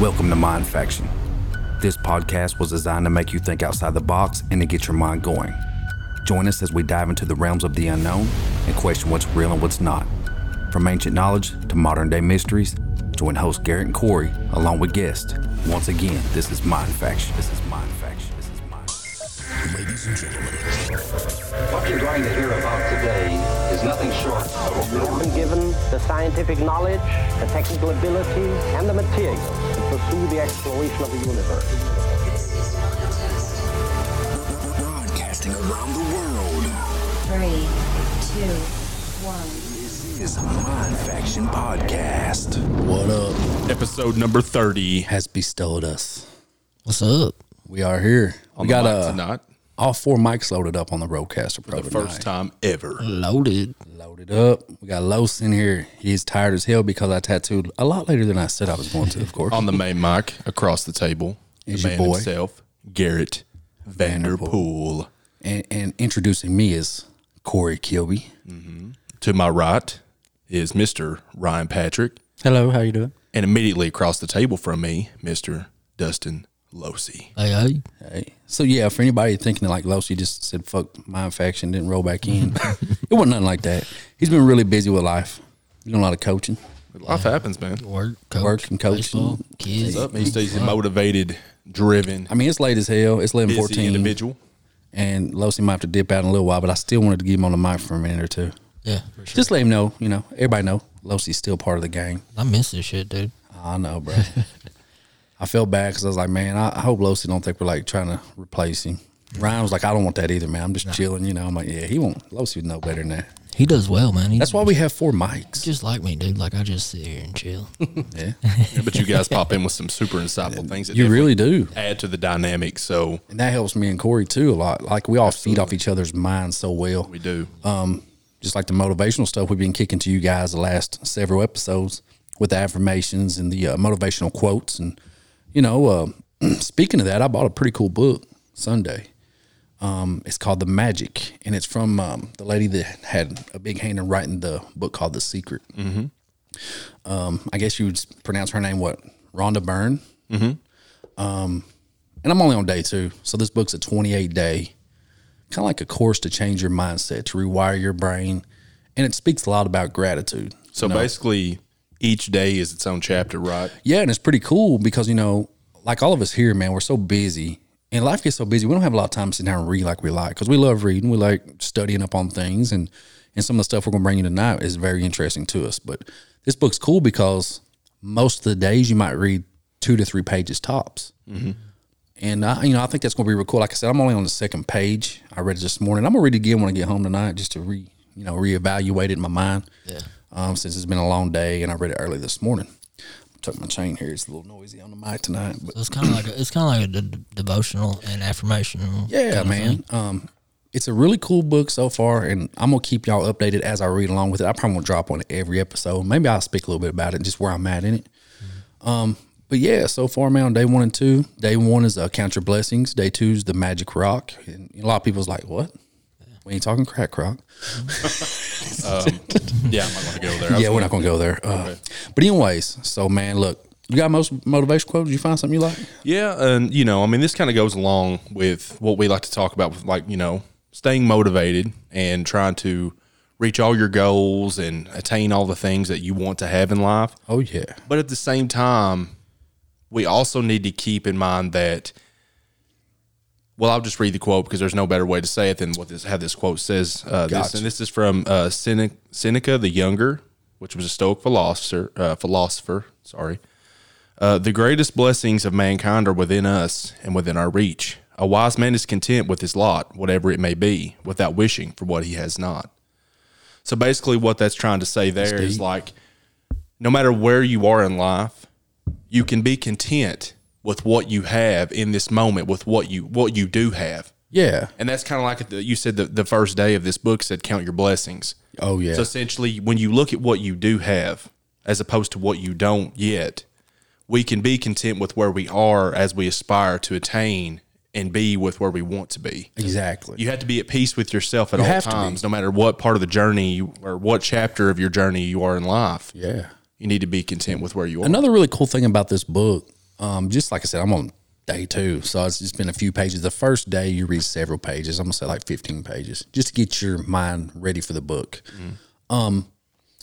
Welcome to Mind Faction. This podcast was designed to make you think outside the box and to get your mind going. Join us as we dive into the realms of the unknown and question what's real and what's not. From ancient knowledge to modern day mysteries, join host Garrett and Corey along with guests. Once again, this is Mind Faction. This is Mind Faction. This is Mind Ladies and gentlemen, What you're going to hear about today is nothing short of We have been given the scientific knowledge, the technical ability, and the materials to pursue the exploration of the universe. broadcasting around the world. Three, two, one. This is Mind Faction Podcast. What up episode number 30 has bestowed us? What's up? We are here. we got Mine's uh, not all four mics loaded up on the Rodecaster Pro the tonight. first time ever Loaded. Loaded up. We got Los in here. He's tired as hell because I tattooed a lot later than I said I was going to, of course. on the main mic across the table Is the your man boy. himself Garrett Vanderpool and, and introducing me is Corey Kilby. to my right is Mr. Ryan Patrick Hello, how you doing? and immediately across the table from me Mr. Dustin Losey Hey. So yeah, for anybody thinking like Los, he just said fuck my faction, didn't roll back in. it wasn't nothing like that. He's been really busy with life. Doing a lot of coaching, life happens man Work, work and coaching. kids. up he stays a motivated driven I mean, it's late as hell. It's eleven busy fourteen. individual and Losi might have to dip out in a little while, but I still wanted to give him on the mic for a minute or two. Yeah, Just let him know, you know, everybody know Losi's still part of the gang. I miss this shit, dude. I know, bro. I felt bad because I was like, man, I, I hope Losi don't think we're like trying to replace him. Ryan was like, I don't want that either, man. I'm just chilling, you know. I'm like, yeah, he won't. Losi would know better than that. He does well, man. He That's why we have four mics. just like me, dude. Like I just sit here and chill. Yeah, but you guys pop in with some super insightful things that you really definitely do, add to the dynamic so and that helps me and Corey too a lot. Like we all feed off each other's minds so well. we do just like the motivational stuff we've been kicking to you guys the last several episodes with the affirmations and the uh, motivational quotes. And, you know, uh, speaking of that, I bought a pretty cool book Sunday. Um, it's called The Magic, and it's from um, the lady that had a big hand in writing the book called The Secret. Mm-hmm. Um, I guess you would s- pronounce her name what? Rhonda Byrne. Mm-hmm. Um, and I'm only on day two, so this book's a 28 day kind of like a course to change your mindset, to rewire your brain. And it speaks a lot about gratitude. so basically each day is its own chapter right Yeah, and it's pretty cool because, you know, like all of us here, man, we're so busy and life gets so busy. We don't have a lot of time to sit down and read like we like because we love reading. We like studying up on things. And, and some of the stuff we're going to bring you tonight is very interesting to us. But this book's cool because most of the days you might read two to three pages tops. And I, you know, I think that's going to be real cool. Like I said, I'm only on the second page. I read it this morning. I'm gonna read it again when I get home tonight, just to re, you know, reevaluate it in my mind. Yeah. Um, since it's been a long day, and I read it early this morning. Took my chain here. It's a little noisy on the mic tonight, but So it's kind of like a, it's kind of like a de- de- devotional and affirmation. yeah, man. Um, it's a really cool book so far, and I'm gonna keep y'all updated as I read along with it. I probably won't drop on every episode. Maybe I'll speak a little bit about it, just where I'm at in it. Mm-hmm. Um, But yeah, so far, man, on day one and two. Day one is uh, Count Your Blessings. Day two is The Magic Rock. And a lot of people's like, what? We ain't talking crack rock. yeah i'm not gonna go there I yeah, was we're not going to go there. Uh, But, anyways, so, man, look, you got most motivation quotes? Did you find something you like? Yeah, and you know, I mean, this kind of goes along with what we like to talk about, with like you know, staying motivated and trying to reach all your goals and attain all the things that you want to have in life. Oh, yeah. But at the same time, we also need to keep in mind that. Well, I'll just read the quote because there's no better way to say it than what this how this quote says. Uh, this, Gotcha. and this is from uh, Sene- Seneca the Younger, which was a Stoic philosopher. Uh, philosopher, sorry. Uh, the greatest blessings of mankind are within us and within our reach. A wise man is content with his lot, whatever it may be, without wishing for what he has not. So basically, what that's trying to say there is like, no matter where you are in life, you can be content with what you have in this moment, with what you what you do have, Yeah. and that's kind of like the, you said the, the first day of this book said count your blessings. Oh, yeah. So essentially, when you look at what you do have as opposed to what you don't yet, we can be content with where we are as we aspire to attain and be with where we want to be. exactly. You have to be at peace with yourself at You all have to be. times, no matter what part of the journey you, or what chapter of your journey you are in life. yeah. You need to be content with where you are. Another really cool thing about this book Um, just like I said, I'm on day two, so it's just been a few pages. The first day you read several pages. I'm gonna say like 15 pages, just to get your mind ready for the book. Um,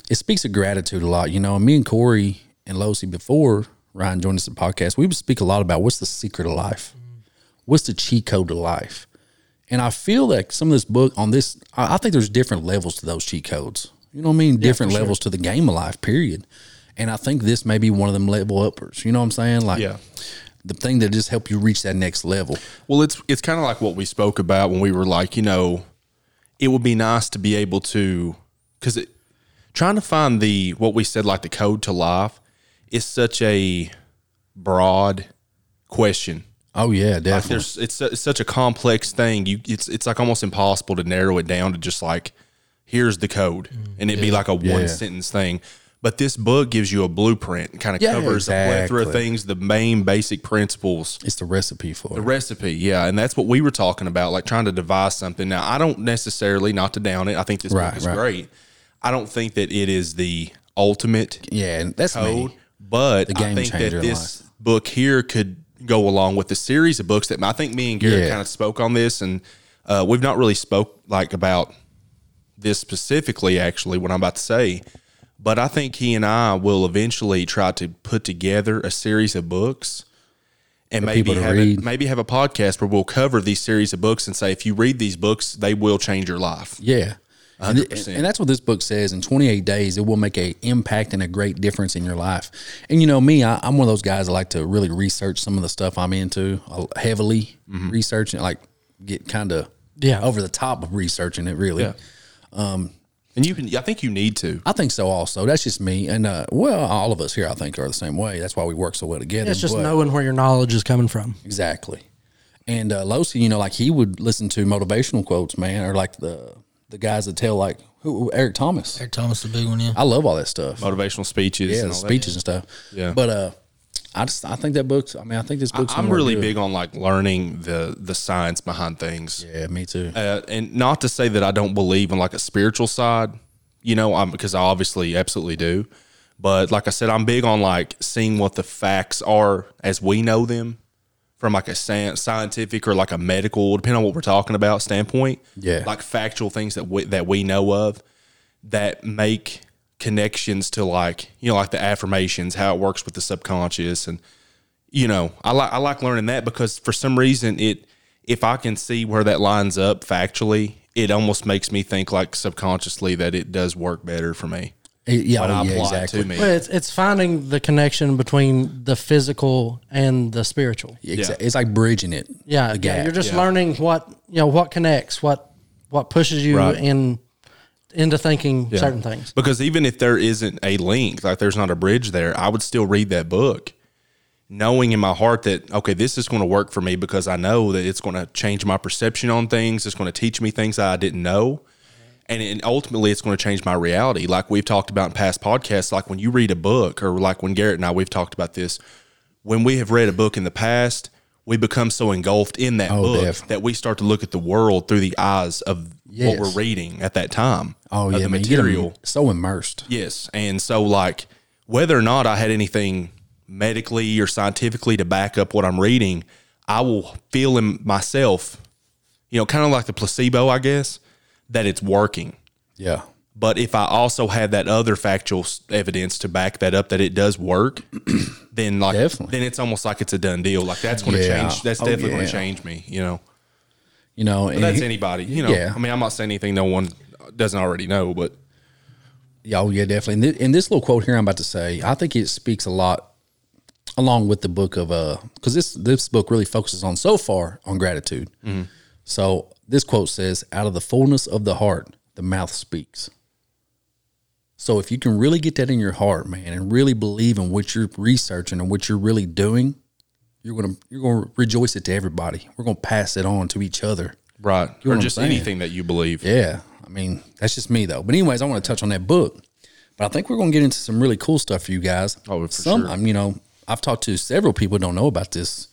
it speaks of gratitude a lot, you know. And me and Corey and Losey before Ryan joined us in the podcast, we would speak a lot about what's the secret of life, what's the cheat code to life. And I feel like some of this book on this, I, I think there's different levels to those cheat codes. You know what I mean? Different levels to the game of life, period. And I think this may be one of them level uppers. You know what I'm saying? Like, Yeah. the thing that just help you reach that next level. Well, it's it's kind of like what we spoke about when we were like, you know, it would be nice to be able to because it trying to find the what we said like the code to life is such a broad question. Oh yeah, Like definitely. there's it's, it's such a complex thing. You it's it's like almost impossible to narrow it down to just like here's the code and it'd be like a one Mm. Yeah. sentence thing. But this book gives you a blueprint, kind of Yeah, covers a plethora of exactly. things, the main basic principles it's the recipe for the it. recipe, yeah, and that's what we were talking about, like trying to devise something. Now, I don't necessarily not to down it. I think this Right, book is right. great. I don't think that it is the ultimate yeah, and that's code, me. but The I game think that changer in this book here could go along with the series of books that I think me and Garrett Yeah. kind of spoke on this, and uh, we've not really spoke like about this specifically. Actually, what I'm about to say. But I think he and I will eventually try to put together a series of books and maybe people to have read. A, maybe have a podcast where we'll cover these series of books and say if you read these books, they will change your life. Yeah. And, it- 100%. and that's what this book says. In 28 days, it will make a impact and a great difference in your life. And you know me, I, I'm one of those guys that like to really research some of the stuff I'm into uh, heavily, researching like get kind of Yeah. over the top of researching it really. And you can, I think you need to. I think so. Also, that's just me, and uh, well, all of us here, I think, are the same way. That's why we work so well together. It's just but- knowing where your knowledge is coming from. Exactly. And uh, Losi, you know, like he would listen to motivational quotes, man, or like the the guys that tell like who, who- Eric Thomas. Eric Thomas, the big one, yeah. I love all that stuff. Motivational speeches, yeah, and the all that. speeches and stuff. Yeah. But uh, I just I think that book's. I mean, I think this book's. I'm somewhere really good. big on like learning the the science behind things, Yeah, me too. uh, and not to say that I don't believe in like a spiritual side, you know, I'm because I obviously absolutely do, but like I said, I'm big on like seeing what the facts are as we know them from like a sci- scientific or like a medical, depending on what we're talking about standpoint, Yeah. like factual things that we, that we know of that make connections to like you know like the affirmations, how it works with the subconscious and you know, I like I like learning that because for some reason it if I can see where that lines up factually, it almost makes me think like subconsciously that it does work better for me. yeah, When oh, I yeah, apply it exactly. to me. Well, it's it's finding the connection between the physical and the spiritual. Exa- Yeah. It's like bridging it. Yeah, the yeah, gap. You're just yeah. learning what you know what connects, what what pushes you Right. in into thinking certain things. Because even if there isn't a link, like there's not a bridge there, I would still read that book knowing in my heart that okay, this is going to work for me because I know that it's going to change my perception on things, it's going to teach me things that I didn't know. And, and ultimately, it's going to change my reality. Like we've talked about in past podcasts, like when you read a book, or like when Garrett and I, we've talked about this. When we have read a book in the past, we become so engulfed in that Oh, book definitely. that we start to look at the world through the eyes of Yes. what we're reading at that time. Oh of yeah, the man, you get 'em material. so immersed. Yes. And so, like, whether or not I had anything medically or scientifically to back up what I'm reading, I will feel in myself, you know, kind of like the placebo, I guess, that it's working. Yeah, But if I also had that other factual s- evidence to back that up that it does work, then like Definitely. then it's almost like it's a done deal. Like that's going to Yeah. change. That's Oh, definitely going yeah. to change me. You know, you know, but and that's he- anybody. You know, Yeah. I mean, I'm not saying anything no one doesn't already know, but Yeah, oh yeah, definitely. And, thi- and this little quote here I'm about to say, I think it speaks a lot along with the book of uh because this this book really focuses on so far on gratitude. So this quote says, out of the fullness of the heart, the mouth speaks. So if you can really get that in your heart, man, and really believe in what you're researching and what you're really doing, you're gonna you're gonna rejoice it to everybody. We're gonna pass it on to each other. right what or I'm just saying. anything that you believe. Yeah. I mean, that's just me though. But anyways, I want to touch on that book. But I think we're going to get into some really cool stuff for you guys. Oh, for some, sure. um, you know, I've talked to several people who don't know about this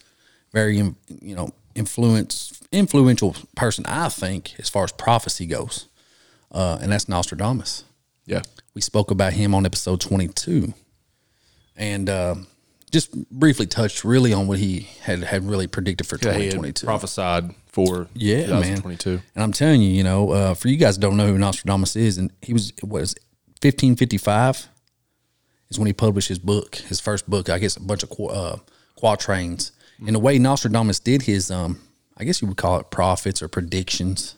very, um, you know, influence influential person. I think as far as prophecy goes, uh, and that's Nostradamus. Yeah. We spoke about him on episode twenty two, and uh, just briefly touched really on what he had had really predicted for That he had 2022. prophesied for Yeah, man. 2022. And I'm telling you, you know, uh, for you guys who don't know who Nostradamus is, and he was what is it, 1555 is when he published his book, his first book. I guess a bunch of qu- uh, quatrains. And the way Nostradamus did his, um, I guess you would call it prophets or predictions.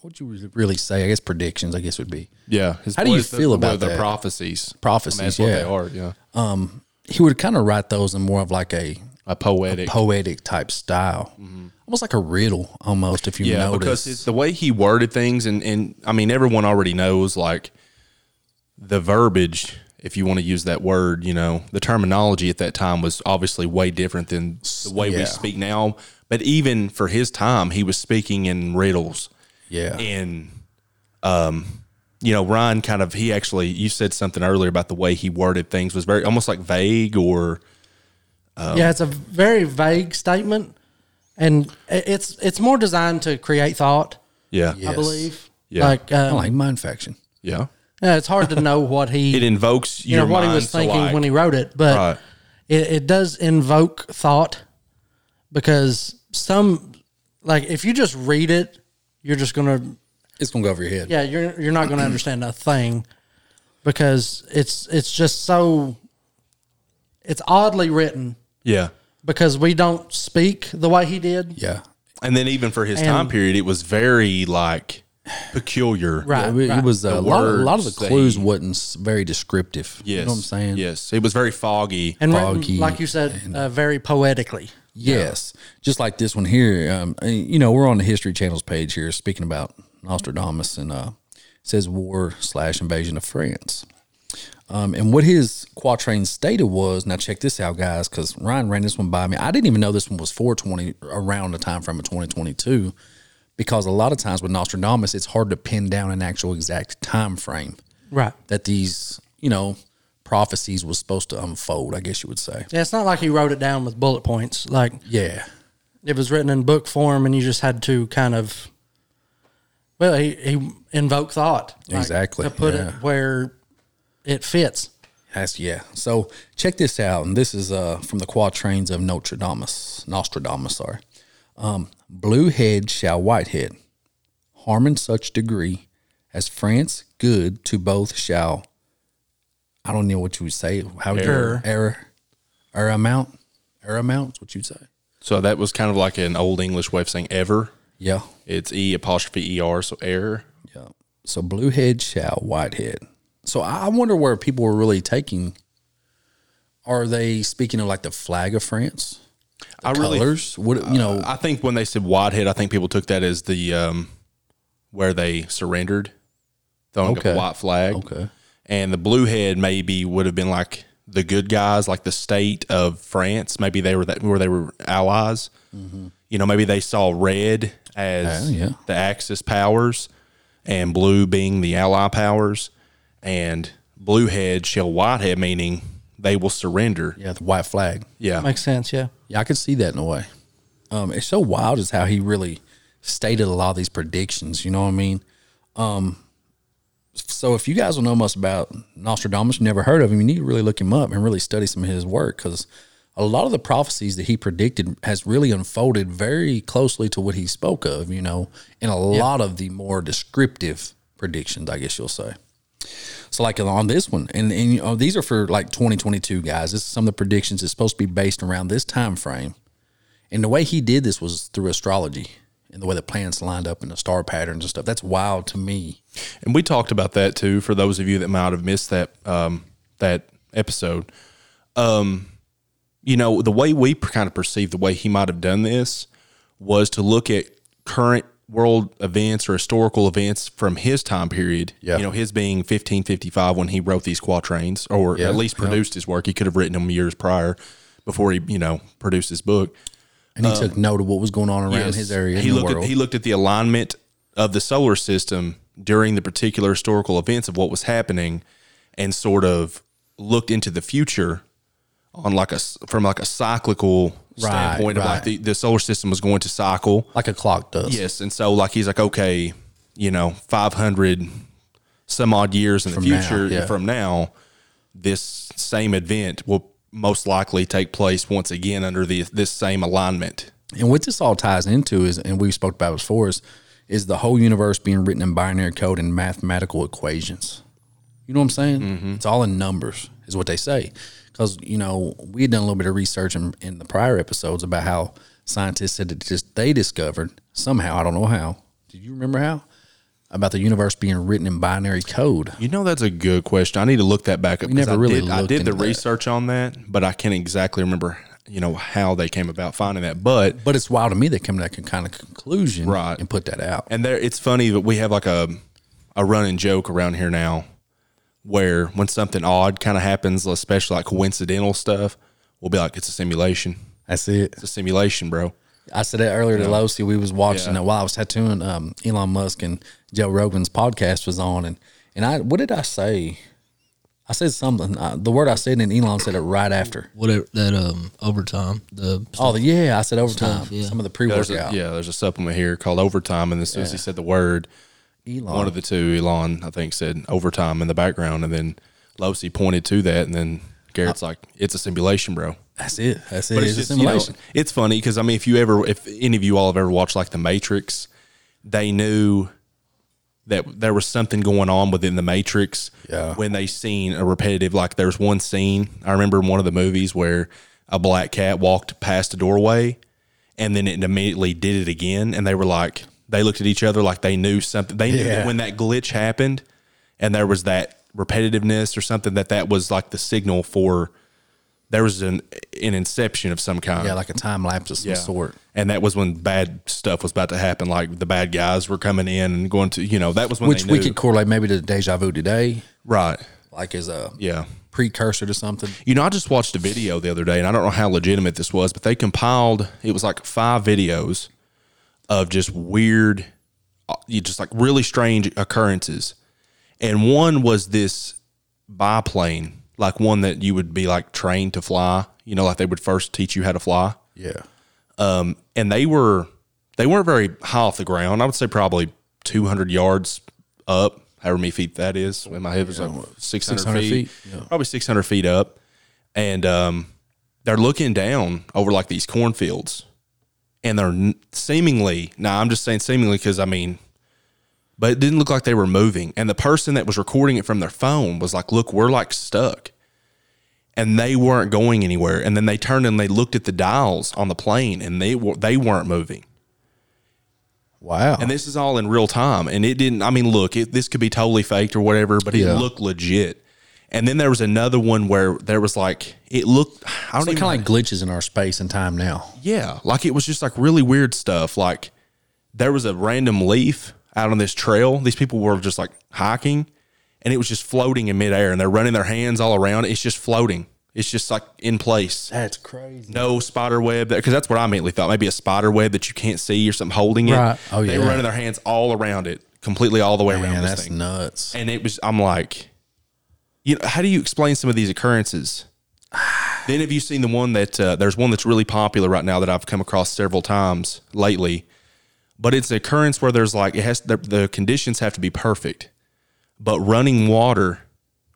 What would you really say? I guess predictions. I guess would be Yeah. His How do you boys- feel were about the that? prophecies? Prophecies, I mean, that's yeah. what they are. Yeah. he would kind of write those in more of like a A poetic. Mm-hmm. poetic type style, almost like a riddle, almost if you yeah, notice. because it's the way he worded things, and and I mean, everyone already knows like the verbiage, if you want to use that word. You know, the terminology at that time was obviously way different than the way yeah. we speak now. But even for his time, he was speaking in riddles. yeah, And um, you know, Ryan kind of he actually you said something earlier about the way he worded things was very almost like vague or yeah, it's a very vague statement, and i- it's it's more designed to create thought. yeah I Yes. believe. Yeah. Like, I um, like mind faction. yeah yeah, it's hard to know what he it invokes you your know what he mind to, was thinking like- when he wrote it, but Right. it, it does invoke thought because some like if you just read it, you're just gonna It's gonna go over your head. yeah you're you're not gonna understand a thing because it's it's just so it's oddly written yeah because we don't speak the way he did yeah. And then even for his time And- period, it was very like peculiar. right, It wa- right. It was a lot, a lot of the words that clues he- wasn't s- very descriptive. Yes. You know what I'm saying? Yes. It was very foggy. and written, foggy like you said uh, very poetically Yes. Just like this one here. Um, uh, you know, we're on the History Channel's page here speaking about Nostradamus and uh, it says war slash invasion of France. Um, and what his quatrain stated was now check this out, guys, because Ryan ran this one by me. I didn't even know this one was 420 around the time frame of 2022 because a lot of times with Nostradamus, it's hard to pin down an actual exact time frame. right that these, you know, prophecies was supposed to unfold, I guess you would say. yeah it's not like he wrote it down with bullet points like Yeah. it was written in book form and you just had to kind of well he, he invoke thought like, Exactly, to put it yeah. where it fits That's yeah. So check this out. And this is uh from the quatrains of Notre Dame, Nostradamus, sorry. Um, blue head shall white head, harm in such degree as France good to both shall I don't know what you would say. How would Error. you error error amount? Error amount is what you'd say. So that was kind of like an old English way of saying ever. Yeah. It's E apostrophe E R, so error. Yeah. So blue head shall white head. So I I wonder where people were really taking. Are they speaking of like the flag of France? I Uh, Colors? What you know? I think when they said Whitehead, I think people took that as the um where they surrendered. Throwing up Okay. a white flag. okay. and the blue head maybe would have been like the good guys, like the state of France. Maybe they were that where they were allies. You know, maybe they saw red as Oh, Mm-hmm. yeah. the Axis powers, and blue being the Ally powers, and blue head shall white head meaning they will surrender. Yeah, the white flag. Yeah, makes sense yeah Yeah, I could see that in a way. Um, it's so wild is how he really stated a lot of these predictions. You know what I mean? Um, so if you guys don't know much about Nostradamus, you never heard of him, you need to really look him up and really study some of his work because a lot of the prophecies that he predicted has really unfolded very closely to what he spoke of. You know, in a lot of the more descriptive predictions, I guess you'll say. So like on this one, and, and you know, these are for like 2022 guys. This is some of the predictions. It's supposed to be based around this time frame, and the way he did this was through astrology and the way the planets lined up and the star patterns and stuff. That's wild to me. and we talked about that too. For those of you that might have missed that um, that episode, um, you know the way we kind of perceived the way he might have done this was to look at current world events or historical events from his time period. Yeah. you know his being 1555 when he wrote these quatrains, or Yeah, at least yeah. produced his work. He could have written them years prior before he you know produced his book. And he took note of what was going on around Um, Yes. his area. He in the looked world. at he looked at the alignment of the solar system during the particular historical events of what was happening, and sort of looked into the future on like a s- from like a cyclical Right, standpoint of right. like the, the solar system was going to cycle. like a clock does. Yes, and so like he's like, okay, you know, five hundred some odd years in From the now, future yeah. from now, this same event will most likely take place once again under the, this same alignment. And what this all ties into is, and we spoke about before, is is the whole universe being written in binary code and mathematical equations. You know what I'm saying? Mm-hmm. It's all in numbers, is what they say. Because you know we had done a little bit of research in, in the prior episodes about how scientists said that just they discovered somehow I don't know how. Do you remember how about the universe being written in binary code? You know, that's a good question. I need to look that back up. 'cause never I really did, I looked did the into that. research on that, but I can't exactly remember, you know, how they came about finding that. But But it's wild to me they come to that kind of conclusion Right. and put that out. And there, it's funny that we have like a a running joke around here now, where when something odd kind of happens, especially like coincidental stuff, we'll be like, "It's a simulation. That's it. It's a simulation, bro." I said that earlier to Losi. We was watching Yeah. uh, while I was tattooing um, Elon Musk and Joe Rogan's podcast was on, and and I what did I say? I said something. Uh, the word I said, and Elon said it right after. Whatever that um overtime the Oh yeah, I said overtime. Stuff, yeah. Some of the pre There's a, workout. yeah, there's a supplement here called Overtime, and as soon as he said the word, Elon. one of the two, Elon, I think, said Overtime in the background, and then Losey pointed to that, and then Garrett's like, "It's a simulation, bro." that's it. That's it. But it's it's, a just, you know, simulation. it's funny because I mean, if you ever, if any of you all have ever watched like The Matrix, they knew that there was something going on within The Matrix Yeah. when they seen a repetitive. Like there was one scene I remember in one of the movies where a black cat walked past a doorway, and then it immediately did it again, and they were like, they looked at each other like they knew something. They knew Yeah. that when that glitch happened, and there was that repetitiveness or something that that was like the signal for there was an an inception of some kind. yeah, like a time lapse of some sort. And that was when bad stuff was about to happen. Like the bad guys were coming in and going to, you know, that was when Which they we knew. could correlate maybe to deja vu today, right. like as a Yeah. precursor to something. You know, I just watched a video the other day, and I don't know how legitimate this was, but they compiled it was like five videos of just weird, uh, you just like really strange occurrences, and one was this biplane, like one that you would be like trained to fly. You know, like they would first teach you how to fly. Yeah, and they were they weren't very high off the ground. I would say probably 200 yards up, however many feet that is. In my head it was like 600, 600 feet, feet, yeah. probably 600 feet up, and um, they're looking down over like these cornfields, and they're n- seemingly now I'm just saying seemingly because I mean. But it didn't look like they were moving. And the person that was recording it from their phone was like, Look, we're like stuck and they weren't going anywhere. And then they turned and they looked at the dials on the plane, and they were they weren't moving. wow. And this is all in real time. And it didn't. I mean, look, it, this could be totally faked or whatever, but Yeah. it looked legit. And then there was another one where there was like it looked. I don't it's even kind of like glitches in our space and time now. yeah, like it was just like really weird stuff. Like there was a random leaf out on this trail. These people were just like hiking and it was just floating in midair and they're running their hands all around. It's just floating. It's just like in place. That's crazy. no spider web because that's what I immediately thought. Maybe a spider web that you can't see or something holding it. Right. Oh, They were yeah. running their hands all around it, completely all the way Man, around this that's thing. nuts. and it was, I'm like, you know, how do you explain some of these occurrences? then have you seen the one that uh, there's one that's really popular right now that I've come across several times lately, but it's an occurrence where there's like it has the, the conditions have to be perfect, but running water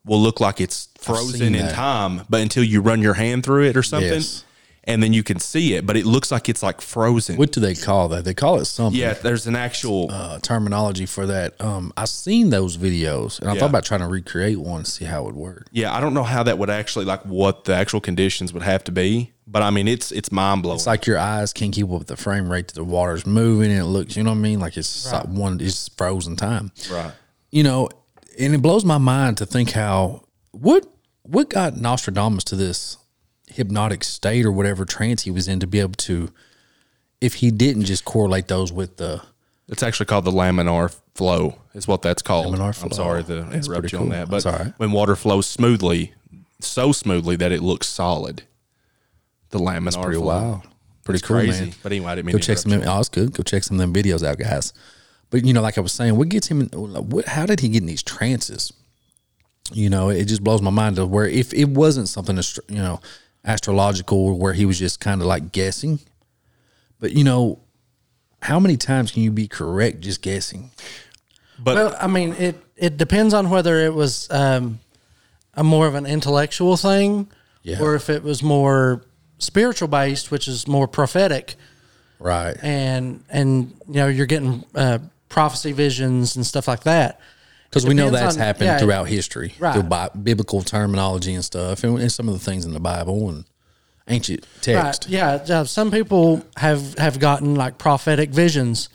will look like it's seen frozen in that. time, but until you run your hand through it or something, Yes. and then you can see it, but it looks like it's like frozen. What do they call that? They call it something. yeah, there's an actual uh, terminology for that. Um, I've seen those videos, and I Yeah. thought about trying to recreate one, see how it would work. yeah. I don't know how that would actually like what the actual conditions would have to be, but I mean it's it's mind blowing. It's like your eyes can't keep up with the frame rate that the water's moving, and it looks, you know what I mean? Like it's like one, it's frozen time, right. you know. And it blows my mind to think how what what got Nostradamus to this hypnotic state or whatever trance he was in to be able to, if he didn't just correlate those with the It's actually called the laminar flow, is what that's called. Laminar flow. I'm sorry to interrupt pretty you cool. on that, but That's all right. when water flows smoothly, so smoothly that it looks solid, the laminar pretty flow. wild, pretty It's cool, crazy. man. But anyway, I didn't mean go to check interrupt some. Of, oh, it's good. Go check some of them videos out, guys. But you know, like I was saying, what gets him? In, what? How did he get in these trances? You know, it just blows my mind to where if it wasn't something, astro- you know, astrological, where he was just kind of like guessing. But you know, how many times can you be correct just guessing? But Well, I mean, it it depends on whether it was um, a more of an intellectual thing Yeah. or if it was more spiritual based, which is more prophetic, Right. and and you know you're getting uh, prophecy visions and stuff like that. Because It we know that's depends on- happened yeah, throughout history, Right. through bi- biblical terminology and stuff, and, and some of the things in the Bible and ancient text. Right. Yeah. uh, Some people have have gotten like prophetic visions.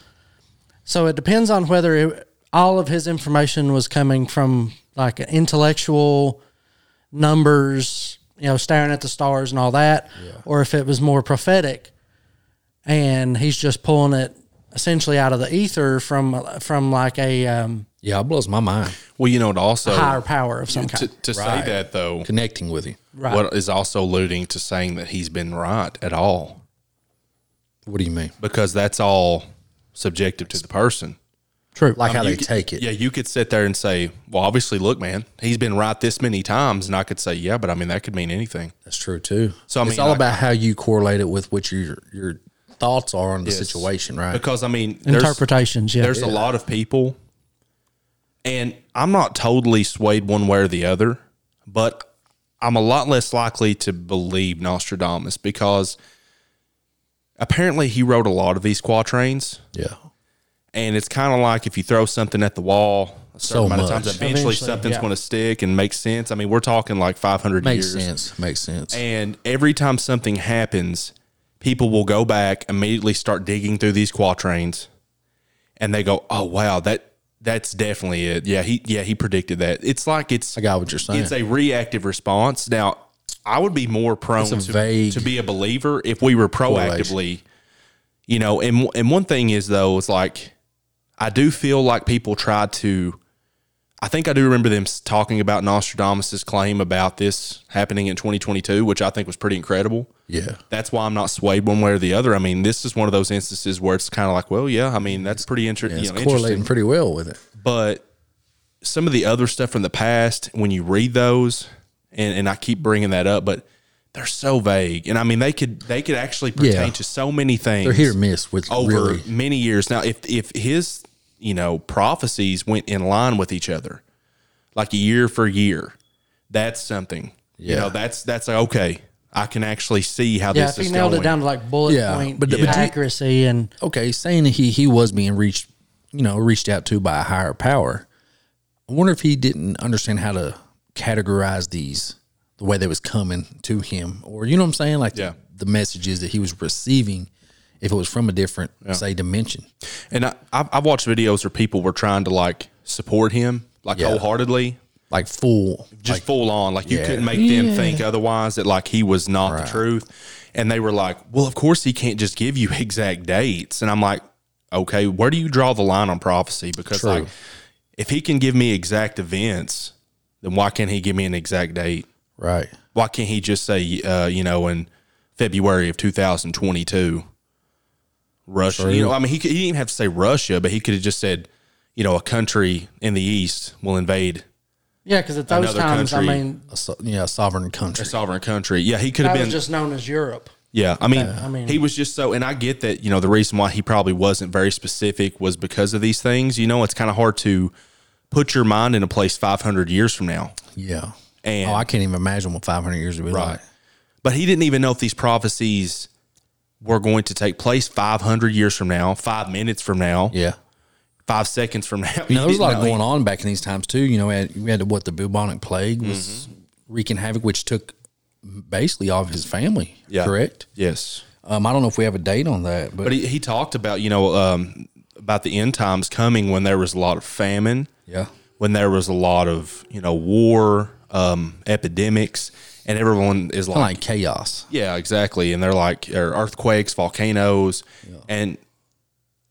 So it depends on whether it, all of his information was coming from like an intellectual numbers, you know, staring at the stars and all that, or if it was more prophetic, and he's just pulling it essentially out of the ether from from like a um, Yeah, it blows my mind Well, you know, it also higher power of some to, kind. to Right. say that though, connecting with you. Right. what is also alluding to saying that he's been right at all What do you mean? because that's all subjective to the person. True. Like how Um, You they could- take it. Yeah, you could sit there and say, "Well, obviously, look, man, he's been right this many times," and I could say, "Yeah, but I mean, that could mean anything." That's true too. So, I it's mean, all like- about how you correlate it with what your your thoughts are on the situation, right? Because I mean, there's- Interpretations. Yeah. There's a lot of people, and I'm not totally swayed one way or the other, but I'm a lot less likely to believe Nostradamus because apparently he wrote a lot of these quatrains, yeah, and it's kind of like if you throw something at the wall a certain So amount much. of times, eventually, Eventually, something's yeah. going to stick and make sense. I mean, we're talking like 500 makes years. sense. Makes sense. And every time something happens, people will go back, immediately start digging through these quatrains, and they go, "Oh wow, that that's definitely it. Yeah, he yeah he predicted that. It's like it's I got what you're saying. it's a reactive response. Now, I would be more prone a to, vague to be a believer if we were proactively, you know. And and one thing is though is like I do feel like people try to. I think I do remember them s- talking about Nostradamus's claim about this happening in 2022, which I think was pretty incredible. yeah, That's why I'm not swayed one way or the other. I mean, this is one of those instances where it's kind of like, well, yeah, I mean, that's pretty inter- it's you know, interesting correlating pretty well with it. but some of the other stuff from the past when you read those and, and i keep bringing that up but they're so vague and i mean they could they could actually pertain Yeah. to so many things They're hit or miss with over really. many years now if if his you know prophecies went in line with each other like year for year that's something you Yeah. know that's that's okay i can actually see how yeah. If this he is nailed going it down to like bullet Yeah, point but- but do you- accuracy and Okay, saying that he he was being reached, you know, reached out to by a higher power. I wonder if he didn't understand how to categorize these the way they was coming to him, or you know what I'm saying, like Yeah. the, the messages that he was receiving, if it was from a different say dimension. and I, I've, I've watched videos where people were trying to like support him like Yeah. wholeheartedly like full. just like, full on. Like you Yeah. couldn't make them think otherwise that like he was not the truth. And they were like, well, of course he can't just give you exact dates. And I'm like, okay, where do you draw the line on prophecy? Because True. like, if he can give me exact events, then why can't he give me an exact date? right. Why can't he just say, uh, you know, in February of 2022, Russia? You know, I mean, he, could, he didn't even have to say Russia, but he could have just said, you know, a country in the East will invade yeah, because at those Another times, I country. mean, A so, yeah, a sovereign a country. sovereign country. Yeah, he could have that been was just known as Europe. Yeah, I mean, I mean- he was just so, and I get that. You know, the reason why he probably wasn't very specific was because of these things. You know, it's kind of hard to put your mind in a place 500 years from now. Yeah. And- oh, I can't even imagine what 500 years would be like. But he didn't even know if these prophecies were going to take place 500 years from now, five minutes from now, Yeah. five seconds from now. You know, there was a lot going on back in these times too. You know, we had, we had what the bubonic plague was wreaking havoc, which took basically all of his family. Yeah. Correct. Yes. Um, I don't know if we have a date on that, but, But he, he talked about, you know, um, about the end times coming when there was a lot of famine. yeah, when there was a lot of you know war um, epidemics and everyone is like, kind of like chaos. yeah exactly and they're like or earthquakes volcanoes and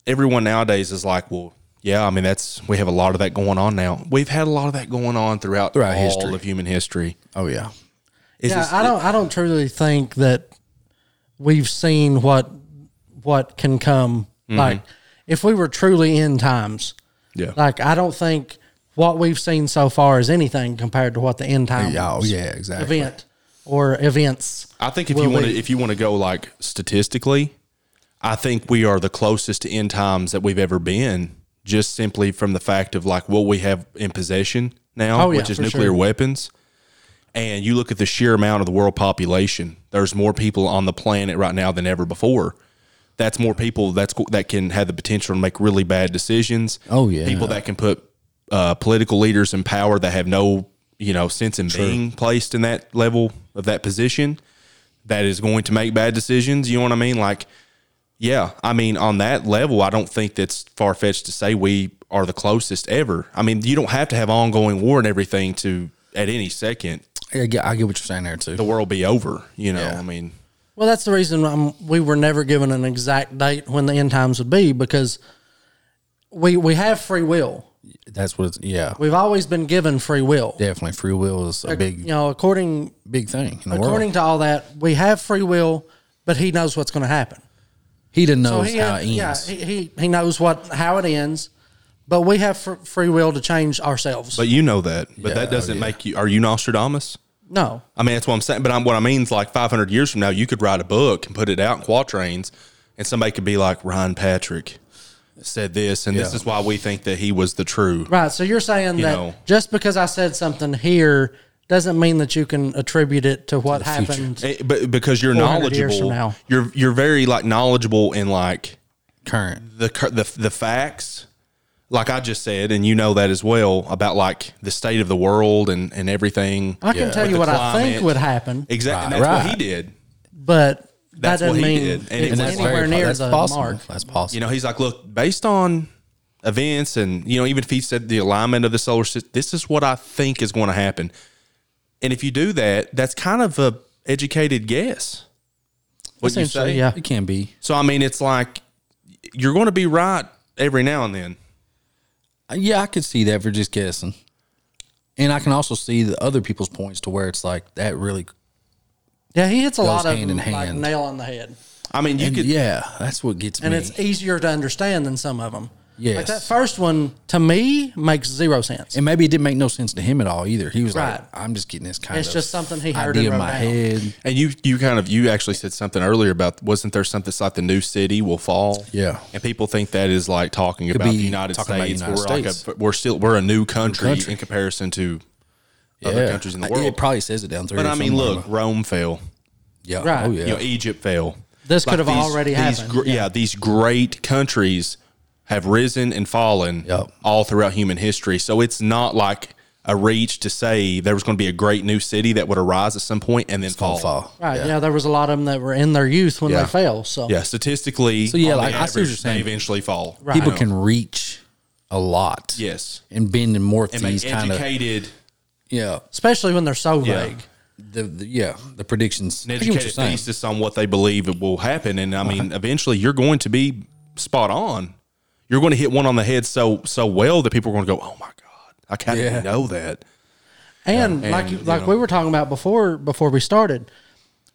everyone nowadays is like well yeah i mean that's we have a lot of that going on now we've had a lot of that going on throughout, Throughout all history. of human history Oh yeah, Is Yeah, this- I don't. I don't truly think that we've seen what what can come. Like, if we were truly in times, Mm-hmm. yeah like I don't think what we've seen so far is anything compared to what the end time yeah, oh, yeah, exactly. event or events. I think if will you want to, be. if you want to go like statistically, I think we are the closest to end times that we've ever been, just simply from the fact of like what we have in possession now, Oh, yeah, which is for nuclear sure. weapons, And you look at the sheer amount of the world population. There's more people on the planet right now than ever before. That's more people that's that can have the potential to make really bad decisions. Oh, yeah. people that can put uh, political leaders in power that have no you know sense in being placed in that level of that position. That is going to make bad decisions. You know what I mean? Like yeah, I mean, on that level, I don't think that's far fetched to say we are the closest ever. I mean, you don't have to have ongoing war and everything to at any second Yeah, I get, I get what you're saying there too. the world be over. You know, I mean, Well, that's the reason um, we were never given an exact date when the end times would be because we we have free will. That's what. It's, yeah, We've always been given free will. definitely. Free will is a big, You know, according big thing in the according world. to all that, we have free will, but he knows what's going to happen. He didn't So know he, how it ends. yeah, he, he he knows what how it ends, but we have fr- free will to change ourselves. but you know that, but Yeah, oh, that doesn't yeah. make you. Are you Nostradamus? no, I mean, that's what I'm saying. But I'm, what I mean is, like 500 years from now, you could write a book and put it out in quatrains, and somebody could be like Ryan Patrick said this, and this Yeah. is why we think that he was the true. right? So you're saying You that know. just because I said something here doesn't mean that you can attribute it to what happened. Eh, but because you're 400 years from knowledgeable, now. you're you're very like knowledgeable in like Current. the cur- the the facts, like I just said, and you know that as well about like the state of the world and and everything. I can tell With you the what I think climate. would happen, Exactly, and Right, that's what right. he did. but That's that what doesn't he mean did, and it it's was anywhere very- near that's the possible. mark. That's possible. You know, he's like, look, based on events and you know, even if he said the alignment of the solar system, this is what I think is going to happen. And if you do that, that's kind of a educated guess. What you Essentially, say? yeah. it can be. So I mean, it's like you're going to be right every now and then. Uh, Yeah, I could see that for just guessing, and I can also see the other people's points to where it's like that really. Yeah, he hits a lot of hand in them, like hand. nail on the head, I mean, you and could yeah, that's what gets and me. it's easier to understand than some of them. Like Yes. that first one to me makes zero sense. and maybe it didn't make no sense to him at all either. He was Right. like, "I'm just getting this kind It's of just something he heard idea in and wrote my down. head." And you, you kind of, you actually said something earlier about wasn't there something it's like the new city will fall? Yeah. and people think that is like talking about be the United States. talking about we're United States. like a, we're still we're a new country, country. in comparison to Yeah, other countries in the Uh, world. It probably says it down there. but I mean, somewhere. look, Rome fell. yeah, Right. oh yeah, You know, Egypt fell. This could have these- already these happened, gr- yeah. yeah. these great countries have risen and fallen Yep. all throughout human history. So it's not like a reach to say there was going to be a great new city that would arise at some point and then fall. Don't fall. Right. Yeah. there was a lot of them that were in their youth when Yeah. they fell. So Yeah, statistically, So, yeah, on the like, I see what average, you're saying. they eventually fall. Right. People You know? can reach a lot. yes, and bend and morph and these make kind of educated, yeah especially when they're so Yeah. vague. the, the yeah the predictions. an I get what educated you're saying. Uh-huh. thesis on what they believe it will happen. And I mean, eventually, you're going to be spot on. You're going to hit one on the head so so well that people are going to go, "Oh my god, I can't Yeah. even know that." And, like you like know. we were talking about before before we started,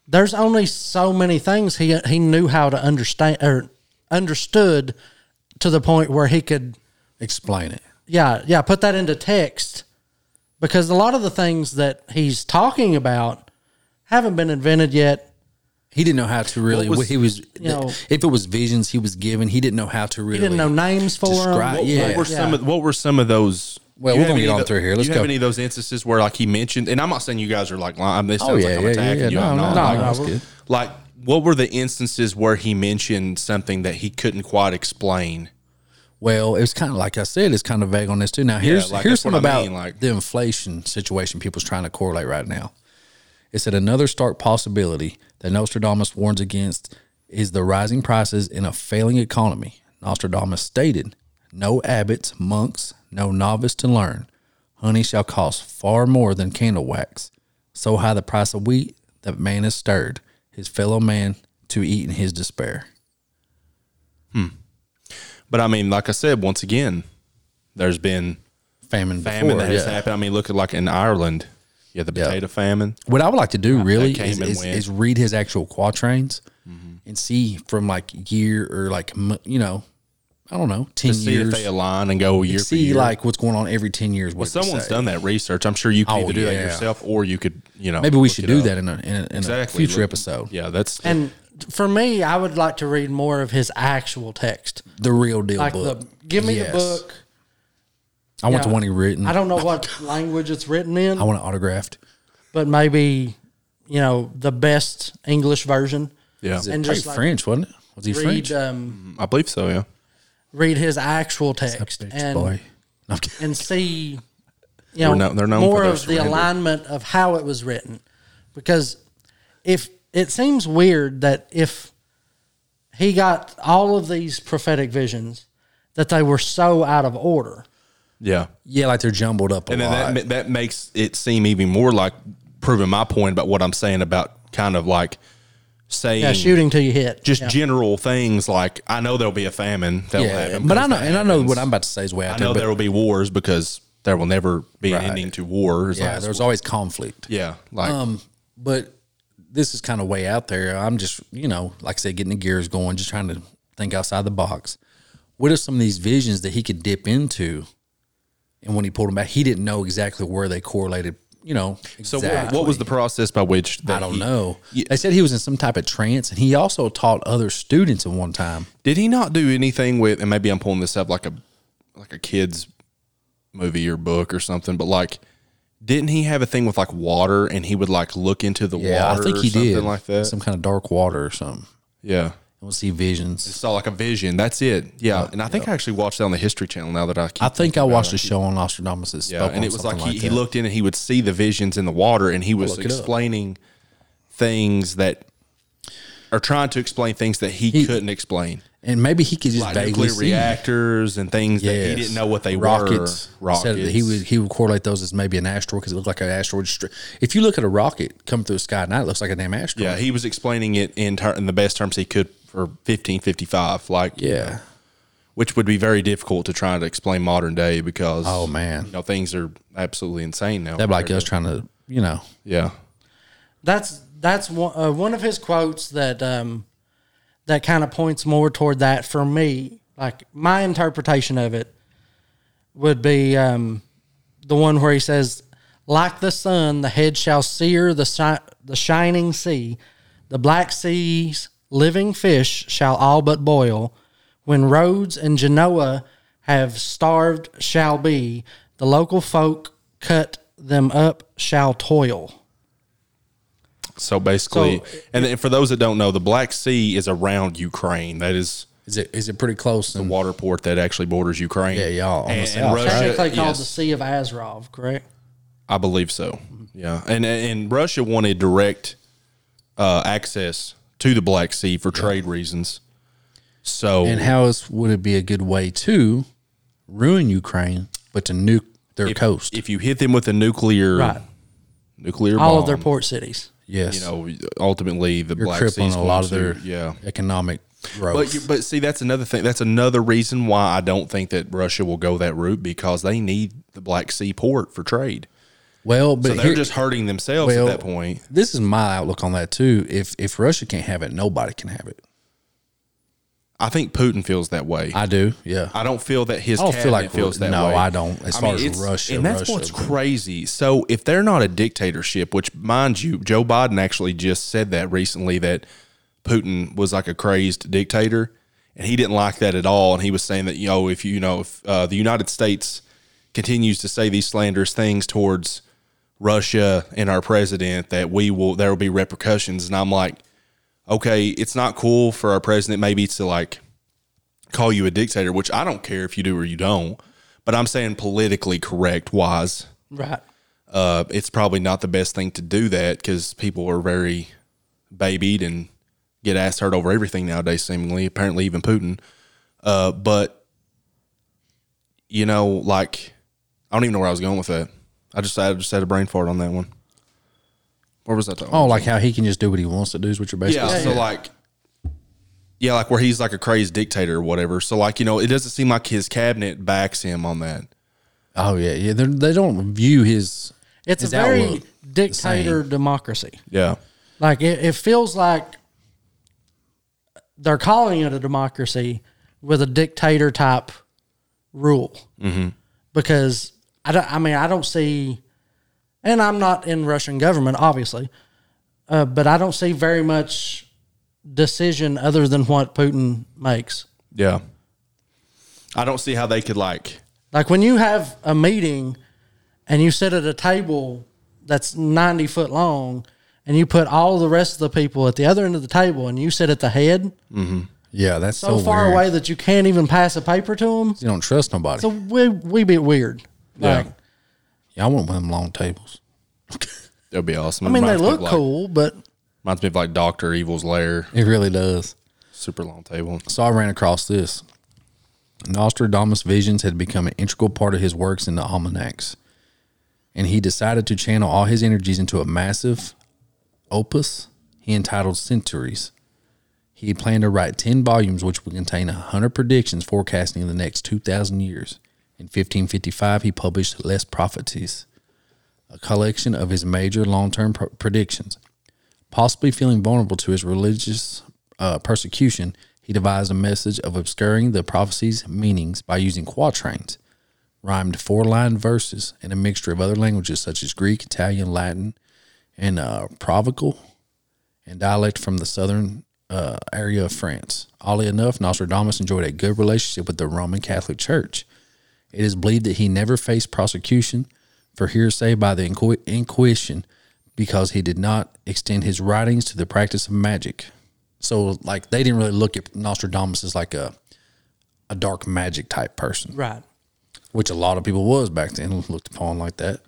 there's only so many things he he knew how to understand or understood to the point where he could Explain it. yeah yeah put that into text because a lot of the things that he's talking about haven't been invented yet. He didn't know how to really. What What was- he was, know- if it was visions he was given, he didn't know how to really. He didn't know names for Describe- them. Uh, Yeah. What were some of What were some of those? Well, you we're have gonna any get of on the- through here. Let's you have go. any of those instances where, like he mentioned, and I'm not saying you guys are like, lying, this Oh sounds yeah, like I'm yeah, attacking yeah. you. No, I'm no, not. no, Like, that's we're- good. like, what were the instances where he mentioned something that he couldn't quite explain? Well, it's kind of like I said, it's kind of vague on this too. Now, here's like, here's that's what some I about mean, like- the inflation situation people's trying to correlate right now. It said another stark possibility that Nostradamus warns against is the rising prices in a failing economy. Nostradamus stated, "No abbots, monks, no novice to learn. Honey shall cost far more than candle wax. So high the price of wheat that man is stirred, his fellow man to eat in his despair." But I mean, like I said, once again, there's been Famine, famine before, that has yeah. happened. I mean, look at like in Ireland, yeah, the Yeah. potato famine. What I would like to do really came is, and is, went. Mm-hmm. is read his actual quatrains and see from like year or like mo- you know, I don't know, ten To see if years. they align and go year for see year. like what's going on every ten years. What they someone's say. done that research. I'm sure you could Oh, either do yeah. that yourself or you could, you know, Maybe we look should it do up. that in a in a, in Exactly. a future Look- episode. Yeah, that's And for me, I would like to read more of his actual text. The real deal like book. the give me Yes. the book. I want the Yeah. one he written. I don't know what language it's written in. I want it autographed. but maybe you know the best English version. Yeah. and Hey, just like French, wasn't it? Was he read French? um, I believe so, yeah. read his actual text Bitch and boy. No, I'm kidding. and see you know We're known- they're known more for of this, the remember. alignment of how it was written because if it seems weird that if he got all of these prophetic visions that they were so out of order Yeah. yeah, like they're jumbled up a And then lot. that ma- that makes it seem even more like proving my point about what I'm saying about kind of like saying yeah shooting till you hit just Yeah. general things like I know there'll be a famine that will yeah, happen. but I because know, that and I know happens. what I'm about to say is way I out know there. there will But be wars because there will never be Right. an ending to wars. yeah, Um, Like, there's always conflict. yeah, like but this is kind of way out there. I'm just, you know, like I said, getting the gears going, just trying to think outside the box. What are some of these visions that he could dip into? And when he pulled them back, he didn't know exactly where they correlated, you know. so. what- exactly. What was the process by which that I don't he- know. Ye- They said he was in some type of trance, and he also taught other students at one time. Did he not do anything with? And maybe I'm pulling this up like a like a kids movie or book or something. But like, didn't he have a thing with like water and he would like look into the I water? think he or something did like that. some kind of dark water or something. yeah. And we'll see visions. Saw like a vision. That's it. Yeah, and I think I actually watched that on the History Channel. Now that I keep I think I watched a show on Nostradamus. that Yeah, spoke on and it was like, something he, he that. looked in and he would see the visions in the water, and he was look it up. explaining things that or trying to explain things that he, couldn't explain, and maybe he could just like vaguely nuclear see. reactors and things that he Yes. didn't know what they rockets. were. Rockets. Said that he would he would correlate those as maybe an asteroid because it looked like an asteroid. stri- If you look at a rocket come through the sky at night, it looks like a damn asteroid. yeah, he was explaining it in ter- in the best terms he could for fifteen fifty five, like you know, yeah. which would be very difficult to try to explain modern day because Oh, man. you know things are absolutely insane now. That'd be like compared us trying to you know. to- yeah, that's that's one, uh, one of his quotes that um, that kind of points more toward that for me. Like my interpretation of it would be um, the one where he says, "Like the sun, the head shall sear the si- the shining sea, the black sea's living fish shall all but boil. When Rhodes and Genoa have starved, shall be the local folk cut them up, shall toil." So basically, So- and then for those that don't know, the Black Sea is around Ukraine. That is Is it is it pretty close? the And water port that actually borders Ukraine. Yeah, yeah, on the and, and south. Russia, technically called the yes, Sea of Azrov, correct? I believe so. Yeah, and and Russia wanted direct uh, access to the Black Sea for trade reasons. So and how is would it be a good way to ruin Ukraine, but to nuke their if, coast? if you hit them with a nuclear Right. nuclear All bomb, of their port cities. yes, you know, ultimately the you're Black Sea crippling is a lot of going their to- yeah. economic growth. But you, but see, that's another thing. That's another reason why I don't think that Russia will go that route because they need the Black Sea port for trade. well, but So they're here- just hurting themselves well, at that point. This is my outlook on that too. If if Russia can't have it, nobody can have it. I think Putin feels that way. I, I do. Yeah. don't feel that his I don't cabinet feel like- feels that no, way. I don't. As far as it's- Russia, and that's Russia, what's but- crazy. So if they're not a dictatorship, which mind you, Joe Biden actually just said that recently that Putin was like a crazed dictator, and he didn't like that at all. And he was saying that you know if you know if uh, the United States continues to say these slanderous things towards Russia and our president, that we will there will be repercussions. And I'm like, okay, it's not cool for our president maybe to like call you a dictator, which I don't care if you do or you don't. But I'm saying politically correct wise, Right. uh, it's probably not the best thing to do that because people are very babied and get ass hurt over everything nowadays, seemingly, apparently, even Putin. Uh, but, you know, like, I don't even know where I was going with that. I just, I just had a brain fart on that one. Where was that? Oh, like how he can just do what he wants to do is what you're basically yeah, saying. so like yeah like where he's like a crazed dictator or whatever so like you know it doesn't seem like his cabinet backs him on that Oh yeah, yeah. They're, they don't view his. It's his a very outlook the dictator same. democracy. yeah Like it, it feels like they're calling it a democracy with a dictator type rule. Mm-hmm. Because I don't, I mean, I don't see, and I'm not in Russian government, obviously, uh, but I don't see very much decision other than what Putin makes. yeah i don't see how they could like Like when you have a meeting and you sit at a table that's 90 foot long and you put all the rest of the people at the other end of the table and you sit at the head Yeah, that's so, so, far weird. away that you can't even pass a paper to them. You don't trust nobody. So we we bit weird. Yeah. Like, yeah, I want one of them long tables. That'd be awesome. I mean, they Reminds me of look like- cool, but Reminds me of like Doctor Evil's lair, It really does. super long table. So I ran across this. Nostradamus' visions had become an integral part of his works in the almanacs, and he decided to channel all his energies into a massive opus he entitled Centuries. He had planned to write 10 volumes, which would contain 100 predictions forecasting the next 2,000 years. In 1555, he published Les Prophecies, a collection of his major long term pr- predictions. Possibly feeling vulnerable to his religious uh, persecution, he devised a message of obscuring the prophecy's meanings by using quatrains, rhymed four line verses, and a mixture of other languages such as Greek, Italian, Latin, and uh, Provencal, and dialect from the southern uh, area of France. Oddly enough, Nostradamus enjoyed a good relationship with the Roman Catholic Church. It is believed that he never faced prosecution for hearsay by the Inqui- Inquisition because he did not extend his writings to the practice of magic. So, like, they didn't really look at Nostradamus as like a a dark magic type person, right. which a lot of people was back then looked upon like that.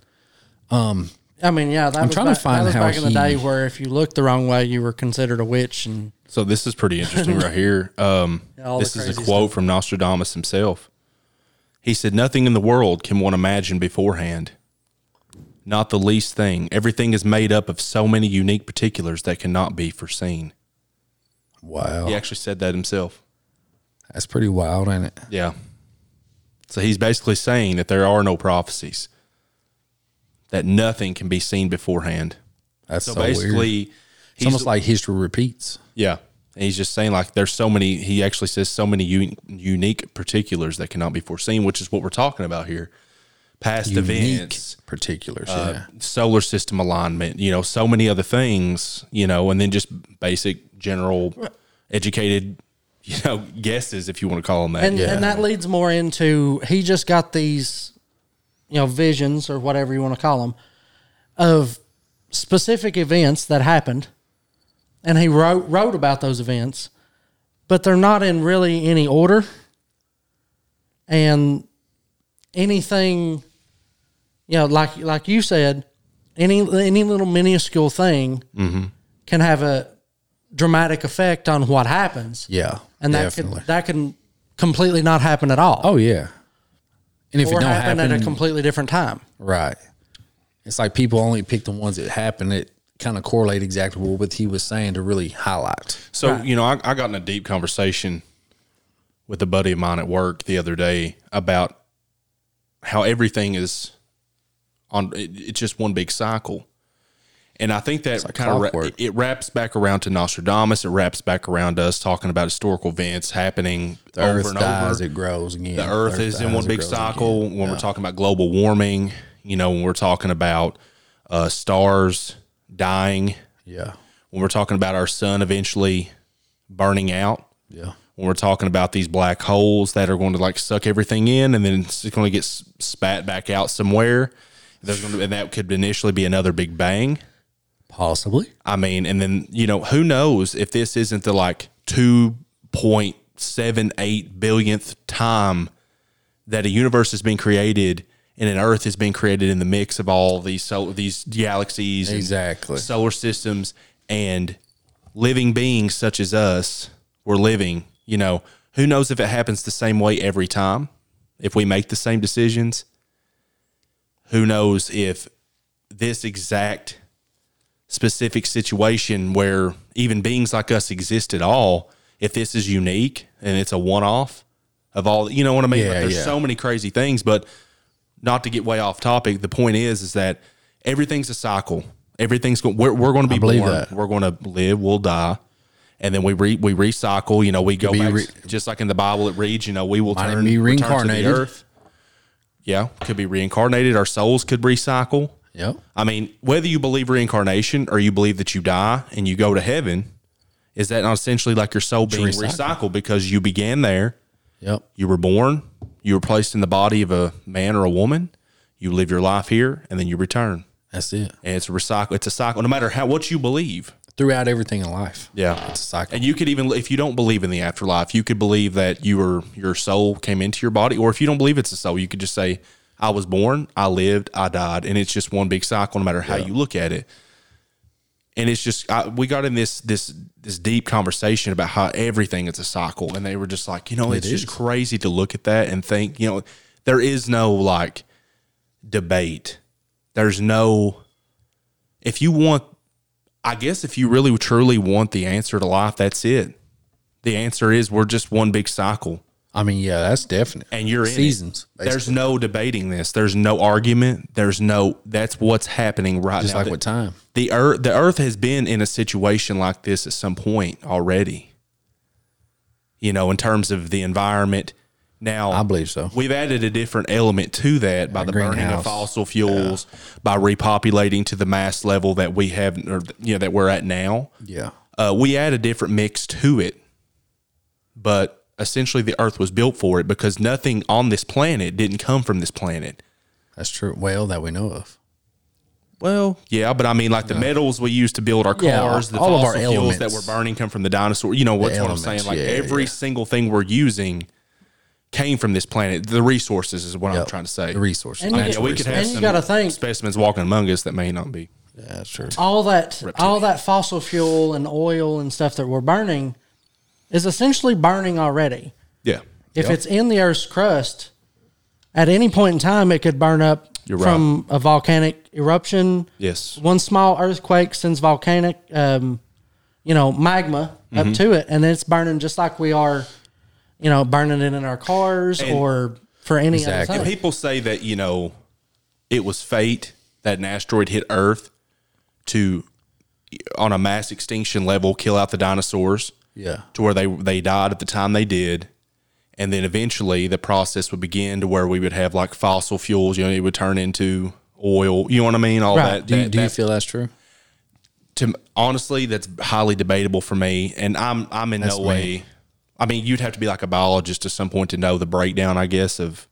I mean, yeah, that I'm was trying to back, find that was how back in the he- day where if you looked the wrong way, you were considered a witch, and So this is pretty interesting right here. Um, Yeah, all the this is a crazy quote from Nostradamus himself. He said, "Nothing in the world can one imagine beforehand. Not the least thing. Everything is made up of so many unique particulars that cannot be foreseen." Wow, He actually said that himself. that's pretty wild, ain't it? Yeah. So he's basically saying that there are no prophecies, that nothing can be seen beforehand. That's So, so, basically, weird. It's he's almost like history repeats. yeah. And he's just saying like there's so many. He actually says so many un- unique particulars that cannot be foreseen, which is what we're talking about here. Past Unique events, particulars. Uh, yeah. solar system alignment, you know, so many other things, you know, and then just basic general educated, you know, guesses if you want to call them that. and and that leads more into he just got these, you know, visions or whatever you want to call them, of specific events that happened, and he wrote wrote about those events, but they're not in really any order, and anything, you know, like like you said, any any little minuscule thing can have a dramatic effect on what happens yeah, and that definitely. could that can completely not happen at all. oh yeah, and if it or don't happen, happen, at a completely different time. Right. It's like people only pick the ones that happen that kind of correlate exactly with what he was saying to really highlight. So you know, I, I got in a deep conversation with a buddy of mine at work the other day about how everything is on. It, it's just one big cycle, and I think that kind of ra- clockwork. it wraps back around to Nostradamus. It wraps back around to us talking about historical events happening The over earth and dies, over. it grows again. The earth is in dies, one it big grows cycle. again. When we're talking about global warming, you know, when we're talking about uh, stars dying, Yeah. when we're talking about our sun eventually burning out, Yeah. when we're talking about these black holes that are going to like suck everything in and then it's going to get s- spat back out somewhere. There's going to, and that could initially be another big bang. Possibly. I mean, and then you know who knows if this isn't the like two point seven eight billionth time that a universe has been created and an Earth has been created in the mix of all these so these galaxies, and Exactly. solar systems, and living beings such as us were living. You know, who knows if it happens the same way every time? If we make the same decisions, who knows if this exact specific situation where even beings like us exist at all, if this is unique and it's a one off of all, you know what I mean? like Yeah, there's yeah. so many crazy things, but not to get way off topic, the point is, is that everything's a cycle. Everything's going, we're, we're going to be believe born. that. We're going to live, we'll die. And then we re, we recycle, you know, we go be back, re- just like in the Bible, it reads, you know, we will Might turn, be return to the reincarnated. earth. Yeah. Could be reincarnated. Our souls could recycle. Yep. I mean, whether you believe reincarnation or you believe that you die and you go to heaven, is that not essentially like your soul being recycled. recycled because you began there, Yep. you were born, you were placed in the body of a man or a woman, you live your life here, and then you return. That's it. and it's a recycle. It's a cycle, no matter how what you believe. Throughout everything in life. Yeah, It's a cycle. And you could even, if you don't believe in the afterlife, you could believe that you were your soul came into your body, or if you don't believe it's a soul, you could just say, "I was born, I lived, I died," and it's just one big cycle, no matter how you look at it. And it's just I, we got in this this this deep conversation about how everything is a cycle, and they were just like, you know, it's just crazy to look at that and think, you know, there is no like debate. There's no if you want I guess if you really truly want the answer to life, that's it. The answer is we're just one big cycle, I mean, yeah, that's definite. and you're in it. seasons. There's no debating this. There's no argument. There's no. That's what's happening right just now. like The- with time. the earth, the earth has been in a situation like this at some point already. You know, in terms of the environment. Now, I believe so. We've added a different element to that by the burning of greenhouse. fossil fuels, by repopulating to the mass level that we have, or you know, that we're at now Yeah. uh, we add a different mix to it, but essentially the earth was built for it because nothing on this planet didn't come from this planet. That's true. Well, that we know of. Well, yeah, but I mean, like the metals we use to build our Yeah, cars, the all of fossil our fuels that elements. we're burning come from the dinosaur. You know what's what I'm elements, saying? Like yeah, every yeah. single thing we're using came from this planet. The resources is what I'm Yep. trying to say. The resources. And you I mean, get- yeah, we could have and you some gotta think- specimens walking among us that may not be. Yeah, that's true. all that all that fossil fuel and oil and stuff that we're burning is essentially burning already. Yeah, If it's in the Earth's crust, at any point in time, it could burn up You're from a volcanic eruption. Yes. one small earthquake sends volcanic, um, you know, magma Mm-hmm. up to it, and it's burning just like we are, you know, burning it in our cars And- or for any Exactly. other And thing. people say that, you know, it was fate that an asteroid hit Earth to, on a mass extinction level, kill out the dinosaurs Yeah. to where they, they died at the time they did. And then eventually the process would begin to where we would have like fossil fuels, you know, it would turn into oil. You know what I mean? All Right. that. Do you, that- do you that- feel that's true? to honestly, that's highly debatable for me, and I'm I'm in no me. way. I mean, you'd have to be like a biologist at some point to know the breakdown, I guess. Of,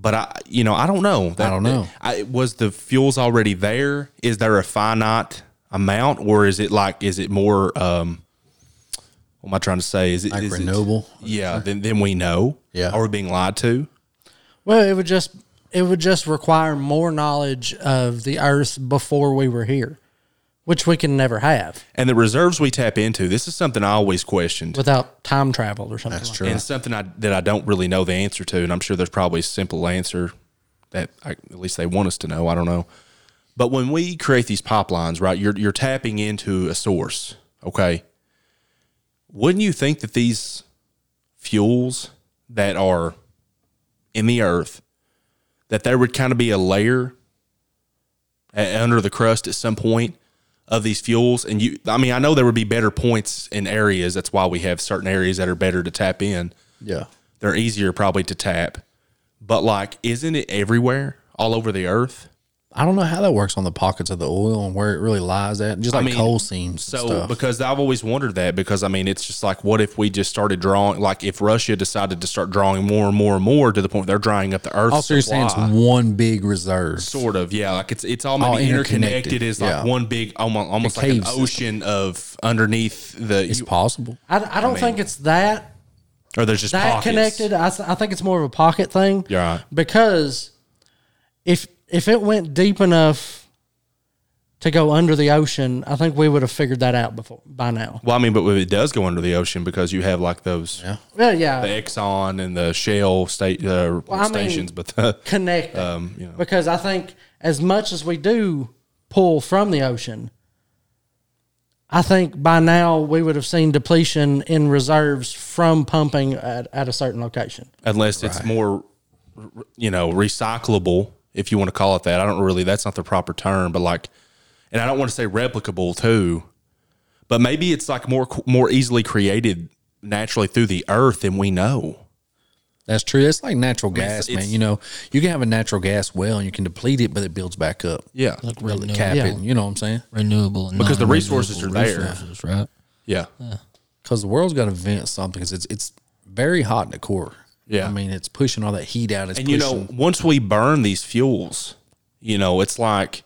but I, you know, I don't know. That- don't know. I, was the fuels already there? Is there a finite amount, or is it like is it more? um What am I trying to say? Is it Like is it- renewable? yeah. Then then we know. Yeah. Are we being lied to? Well, it would just it would just require more knowledge of the Earth before we were here, which we can never have And the reserves we tap into. This is something I always questioned. without time travel or something. like true. and something I, that I don't really know the answer to, and I'm sure there's probably a simple answer that I, at least they want us to know. I don't know, but when we create these pipelines, right, you're you're tapping into a source, okay? Wouldn't you think that these fuels that are in the earth that there would kind of be a layer a- under the crust at some point of these fuels and you i mean i know there would be better points in areas that's why we have certain areas that are better to tap in Yeah. they're easier probably to tap but like isn't it everywhere all over the earth I don't know how that works on the pockets of the oil and where it really lies at. Just like mean, coal seams. so and stuff. because i've always wondered that because i mean it's just like what if we just started drawing like if russia decided to start drawing more and more and more to the point they're drying up the earth also, you're saying it's one big reserve. sort of yeah like it's it's all, All maybe interconnected, interconnected, is like yeah. one big almost, almost like cave an system. ocean of underneath the It's you- possible. I, I don't think it's that or there's just that pockets. connected. I, th- I think it's more of a pocket thing. You're right. Because if if it went deep enough to go under the ocean, I think we would have figured that out before by now. well i mean but it does go under the ocean because you have like those Well, the yeah, exxon and the shell state uh, I mean- stations but the, connected. um you know because I think as much as we do pull from the ocean, I think by now we would have seen depletion in reserves from pumping at, at a certain location. unless it's more r- you know recyclable if you want to call it that i don't really that's not the proper term but like and i don't want to say replicable too but maybe it's like more more easily created naturally through the earth than we know That's true. That's like natural gas, man. it's- You know, you can have a natural gas well and you can deplete it, but it builds back up. yeah Like Really renewable, cap it. You know what I'm saying? renewable and Because the resources non-renewable are there. resources, right? yeah Because the world's got to vent something. 'cause it's it's very hot in the core. Yeah. I mean, it's pushing all that heat out. It's and pushing, you know once we burn these fuels you know it's like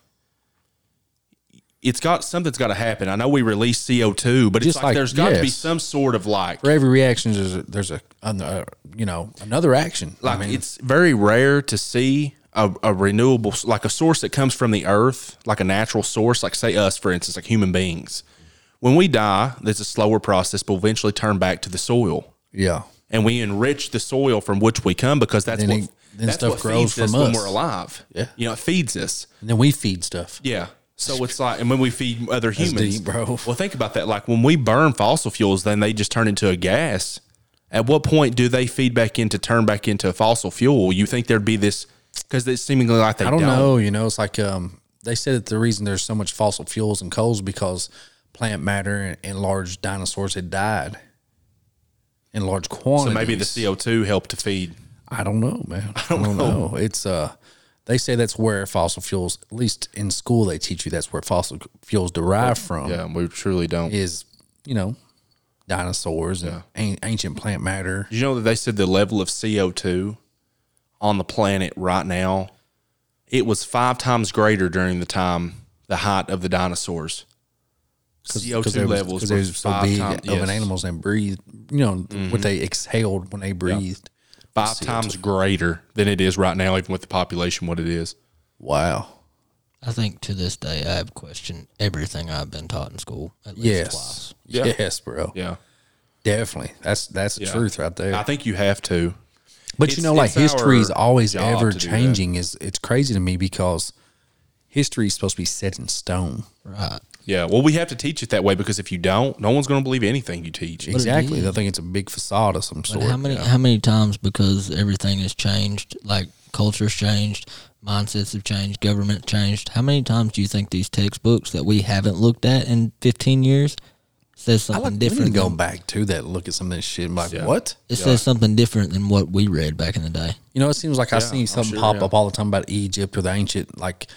it's got something's got to happen. I know we release CO two, but it's Just like, like- there's got to be yes. some sort of like For every reaction, there's a, there's a, an- uh, you know another action. like it's very rare to see a, a renewable like a source that comes from the earth like a natural source like say us for instance like human beings when we die there's a slower process but eventually turn back to the soil yeah, and we enrich the soil from which we come because that's Then what it- then that's stuff what grows feeds us from when us. we're alive Yeah. you know it feeds us and then we feed stuff. yeah. So it's like, and when we feed other humans, deep, bro. Well, think about that. Like when we burn fossil fuels, then they just turn into a gas. At what point do they feed back into turn back into a fossil fuel? You think there'd be this because it's seemingly like they I don't know. You know, it's like um, they said that the reason there's so much fossil fuels and coals because plant matter and, and large dinosaurs had died in large So quantities. maybe the CO two helped to feed. I don't know, man. I don't, know. It's uh, they say that's where fossil fuels. At least in school, they teach you that's where fossil fuels derive from. Yeah, we truly don't. Is you know, dinosaurs and an- ancient plant matter. Did you know that they said the level of CO two on the planet right now it was five times greater during the time the height of the dinosaurs. CO two they was- levels they were was so five big times- of yes. Mm-hmm. an animals and breathed. You know what they exhaled when they breathed. five times greater than it is right now, even with the population what it is. Wow. I think to this day I have questioned everything I've been taught in school at least twice. Yes. Yeah. Yes, bro. Yeah, Definitely. That's that's the Yeah. truth right there. I think you have to. But you It's- know, like it's history is our always job ever to do that. changing. Is it's crazy to me because history is supposed to be set in stone. Right. Yeah, well, we have to teach it that way because if you don't, no one's going to believe anything you teach. Exactly. I think it's a big facade of some sort. But how many how many times because everything has changed, like culture's changed, mindsets have changed, government changed. How many times do you think these textbooks that we haven't looked at in fifteen years says I something like different. We different? need to go than- back to that. Look at some of this shit. I'm like, what? It says something different than what we read back in the day. You know, it seems like I see something pop up all the time about Egypt or the ancient like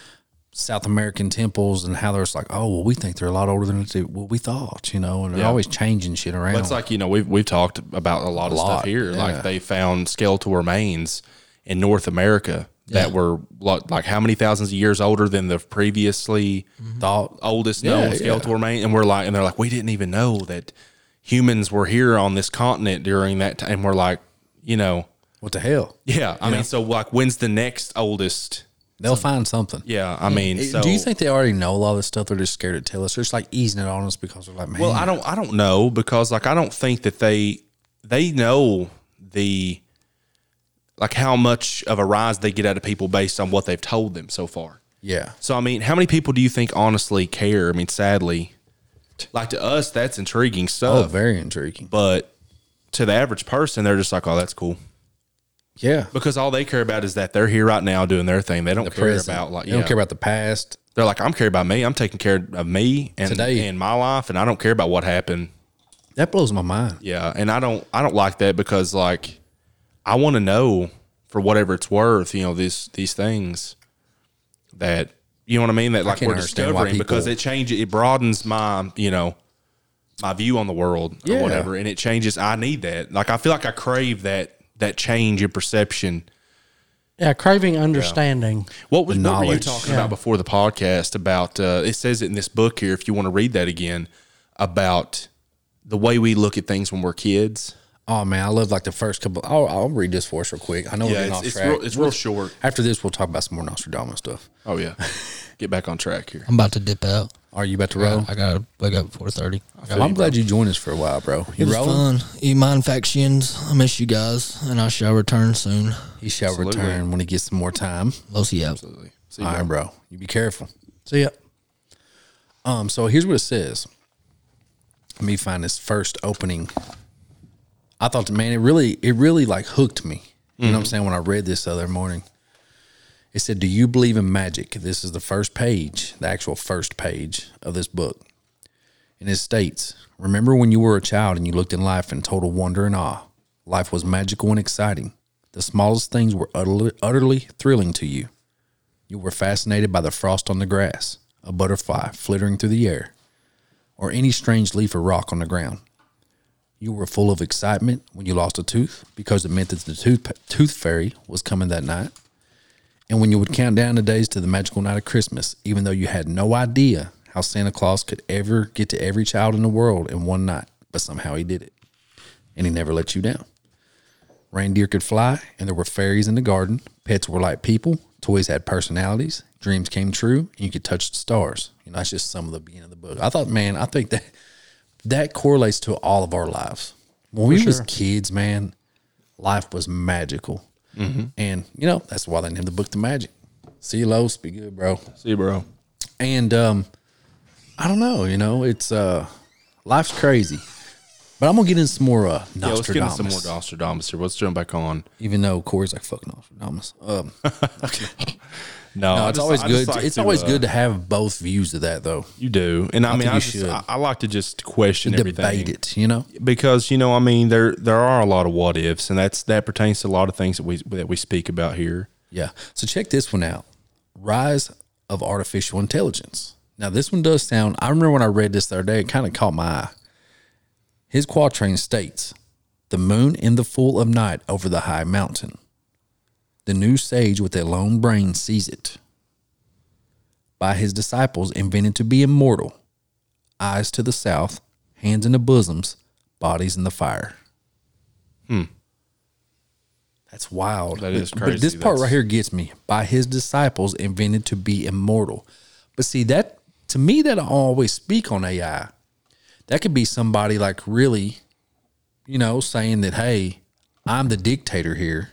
South American temples and how there's like, oh, well, we think they're a lot older than what we thought. You know, and they're Yeah. always changing shit around. But it's like you know we've we've talked about a lot of stuff lot, here. yeah. Like they found skeletal remains in North America that were lo- like how many thousands of years older than the previously thought. oldest Mm-hmm. Yeah, known yeah. skeletal remain, and we're like, and they're like, we didn't even know that humans were here on this continent during that time. And we're like, you know, What the hell? Yeah, I mean, so like, when's the next oldest? They'll find something. Yeah, I mean, so Do you think they already know a lot of this stuff? They're just scared to tell us. They're just like easing it on us because they're like, man, Well, I don't, I don't know because like I don't think that they they know the like how much of a rise they get out of people based on what they've told them so far. yeah, So I mean, how many people do you think honestly care? I mean, sadly, like to us, that's intriguing oh, stuff, very intriguing. but to the average person, they're just like, oh, that's cool. yeah, Because all they care about is that they're here right now doing their thing. They don't care present. about like they don't yeah. care about the past. they're like, I'm caring about me. I'm taking care of me and Today. and my life, and I don't care about what happened. That blows my mind. Yeah, and I don't I don't like that because like I want to know for whatever it's worth, you know these these things that you know what I mean that like can't we're understand why discovering because people- it changes it broadens my you know my view on the world Yeah. or whatever, and it changes. I need that. Like I feel like I crave that that change in perception. Yeah, craving understanding. What was what were you knowledge. talking about before the podcast? About uh, it says it in this book here. If you want to read that again, about the way we look at things when we're kids. Oh man, I love like the first couple. I'll, I'll read this for us real quick. I know we're Oh, Yeah, getting it's, off it's track. real, it's real short. After this, we'll talk about some more Nostradamus stuff. Oh yeah, get back on track here. I'm about to dip out. Are you about to roll? I gotta wake up at four thirty. I'm glad you joined us for a while, bro. It You was rolling? fun. You mind factions. I miss you guys, and I shall return soon. He shall return when he gets some more time. Losi out. See, All bro. right, bro. You be careful. So yeah, Um, so here's what it says. Let me find this first opening. I thought, man, it really, it really like hooked me. You know Mm-hmm. what I'm saying? When I read this the other morning, it said, "Do you believe in magic?" This is the first page, the actual first page of this book, and it states, "Remember when you were a child and you looked in life in total wonder and awe? Life was magical and exciting. The smallest things were utterly, utterly thrilling to you." You were fascinated by the frost on the grass, a butterfly flittering through the air, or any strange leaf or rock on the ground. You were full of excitement when you lost a tooth because it meant that the tooth, tooth fairy was coming that night. And when you would count down the days to the magical night of Christmas, even though you had no idea how Santa Claus could ever get to every child in the world in one night, but somehow he did it. And he never let you down. Reindeer could fly, and there were fairies in the garden. Pets were like people. Toys had personalities. Dreams came true, and you could touch the stars. You know, that's just some of the beginning of the book. I thought, man, I think that that correlates to all of our lives. When we was kids, man, life was magical, Mm-hmm. and you know that's why they named the book the Magic. See you, Los. Be good, bro. See, bro. And um, I don't know. You know, it's uh, life's crazy. But I'm gonna get in some more uh, Yeah, let's get into Nostradamus some more Nostradamus here. Let's jump back on. even though Corey's like fuck Nostradamus. Um, No, no, I it's just- always I just good. like it's to, always uh, good to have both views of that though. You do, and I, mean, think I you just should. I, I like to just question Debate everything it, you know. because you know, I mean, there there are a lot of what ifs, and that's that pertains to a lot of things that we that we speak about here. Yeah. So check this one out: Rise of Artificial Intelligence. Now this one does sound. I remember when I read this the other day, it kind of caught my eye. His quatrain states, "The moon in the full of night over the high mountain. The new sage with a lone brain sees it. By his disciples invented to be immortal, eyes to the south, hands in the bosoms, bodies in the fire." That's wild. Hmm. But- That is But this crazy. part right That's- here gets me. By his disciples invented to be immortal. But see that to me that I always speak on AI. That could be somebody like really, you know, saying that, hey, I'm the dictator here.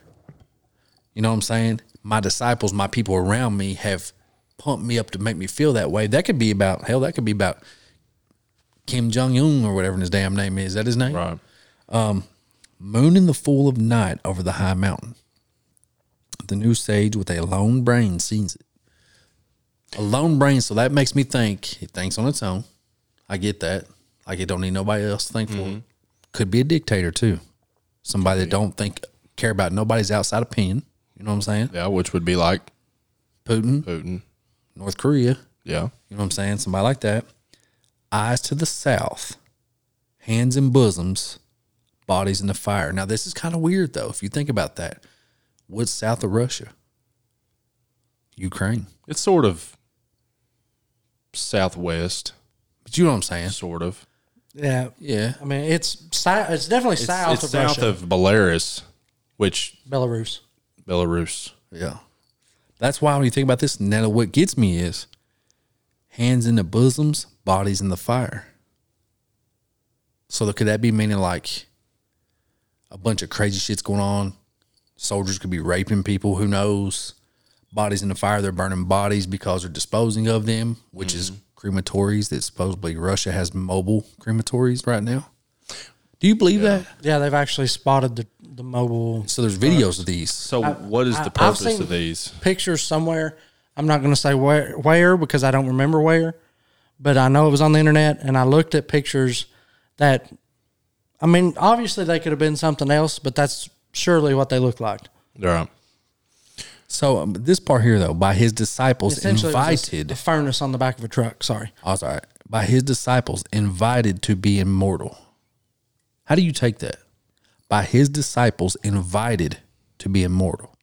You know what I'm saying? My disciples, my people around me have pumped me up to make me feel that way. That could be about hell, that could be about Kim Jong un or whatever his damn name is. Is that his name? Right. Moon in the full of night over the high mountain. The new sage with a lone brain sees it. A lone brain, so that makes me think it thinks on its own. I get that. Like it don't need nobody else to think for it. Could be a dictator too. Somebody that don't think care about nobody's outside opinion. You know what I'm saying? Yeah, which would be like Putin, Putin. North Korea. Yeah. You know what I'm saying? Somebody like that. Eyes to the south, hands in bosoms, bodies in the fire. Now, this is kind of weird, though, if you think about that. What's south of Russia? Ukraine. It's sort of southwest, But you know what I'm saying? sort of. Yeah, Yeah. I mean, it's south. It's definitely It's south it's of south Russia, of Belarus, which Belarus. Belarus. Yeah. That's why when you think about this, now what gets me is hands in the bosoms, bodies in the fire. So could that be meaning like a bunch of crazy shit's going on? Soldiers could be raping people, who knows? Bodies in the fire, they're burning bodies because they're disposing of them, which is crematories that supposedly Russia has mobile crematories right now. Do you believe that? Yeah, they've actually spotted the the mobile So there's videos of these. So, what is I- the I've purpose seen- of these? pictures somewhere. I'm not going to say where, where because I don't remember where, but I know it was on the internet, and I looked at pictures that. I mean, obviously they could have been something else, but that's surely what they looked like. Right. So um, this part here though, by his disciples Essentially, it was just invited a furnace on the back of a truck. Sorry, I was all right. By his disciples, invited to be immortal. How do you take that? By his disciples, invited to be immortal.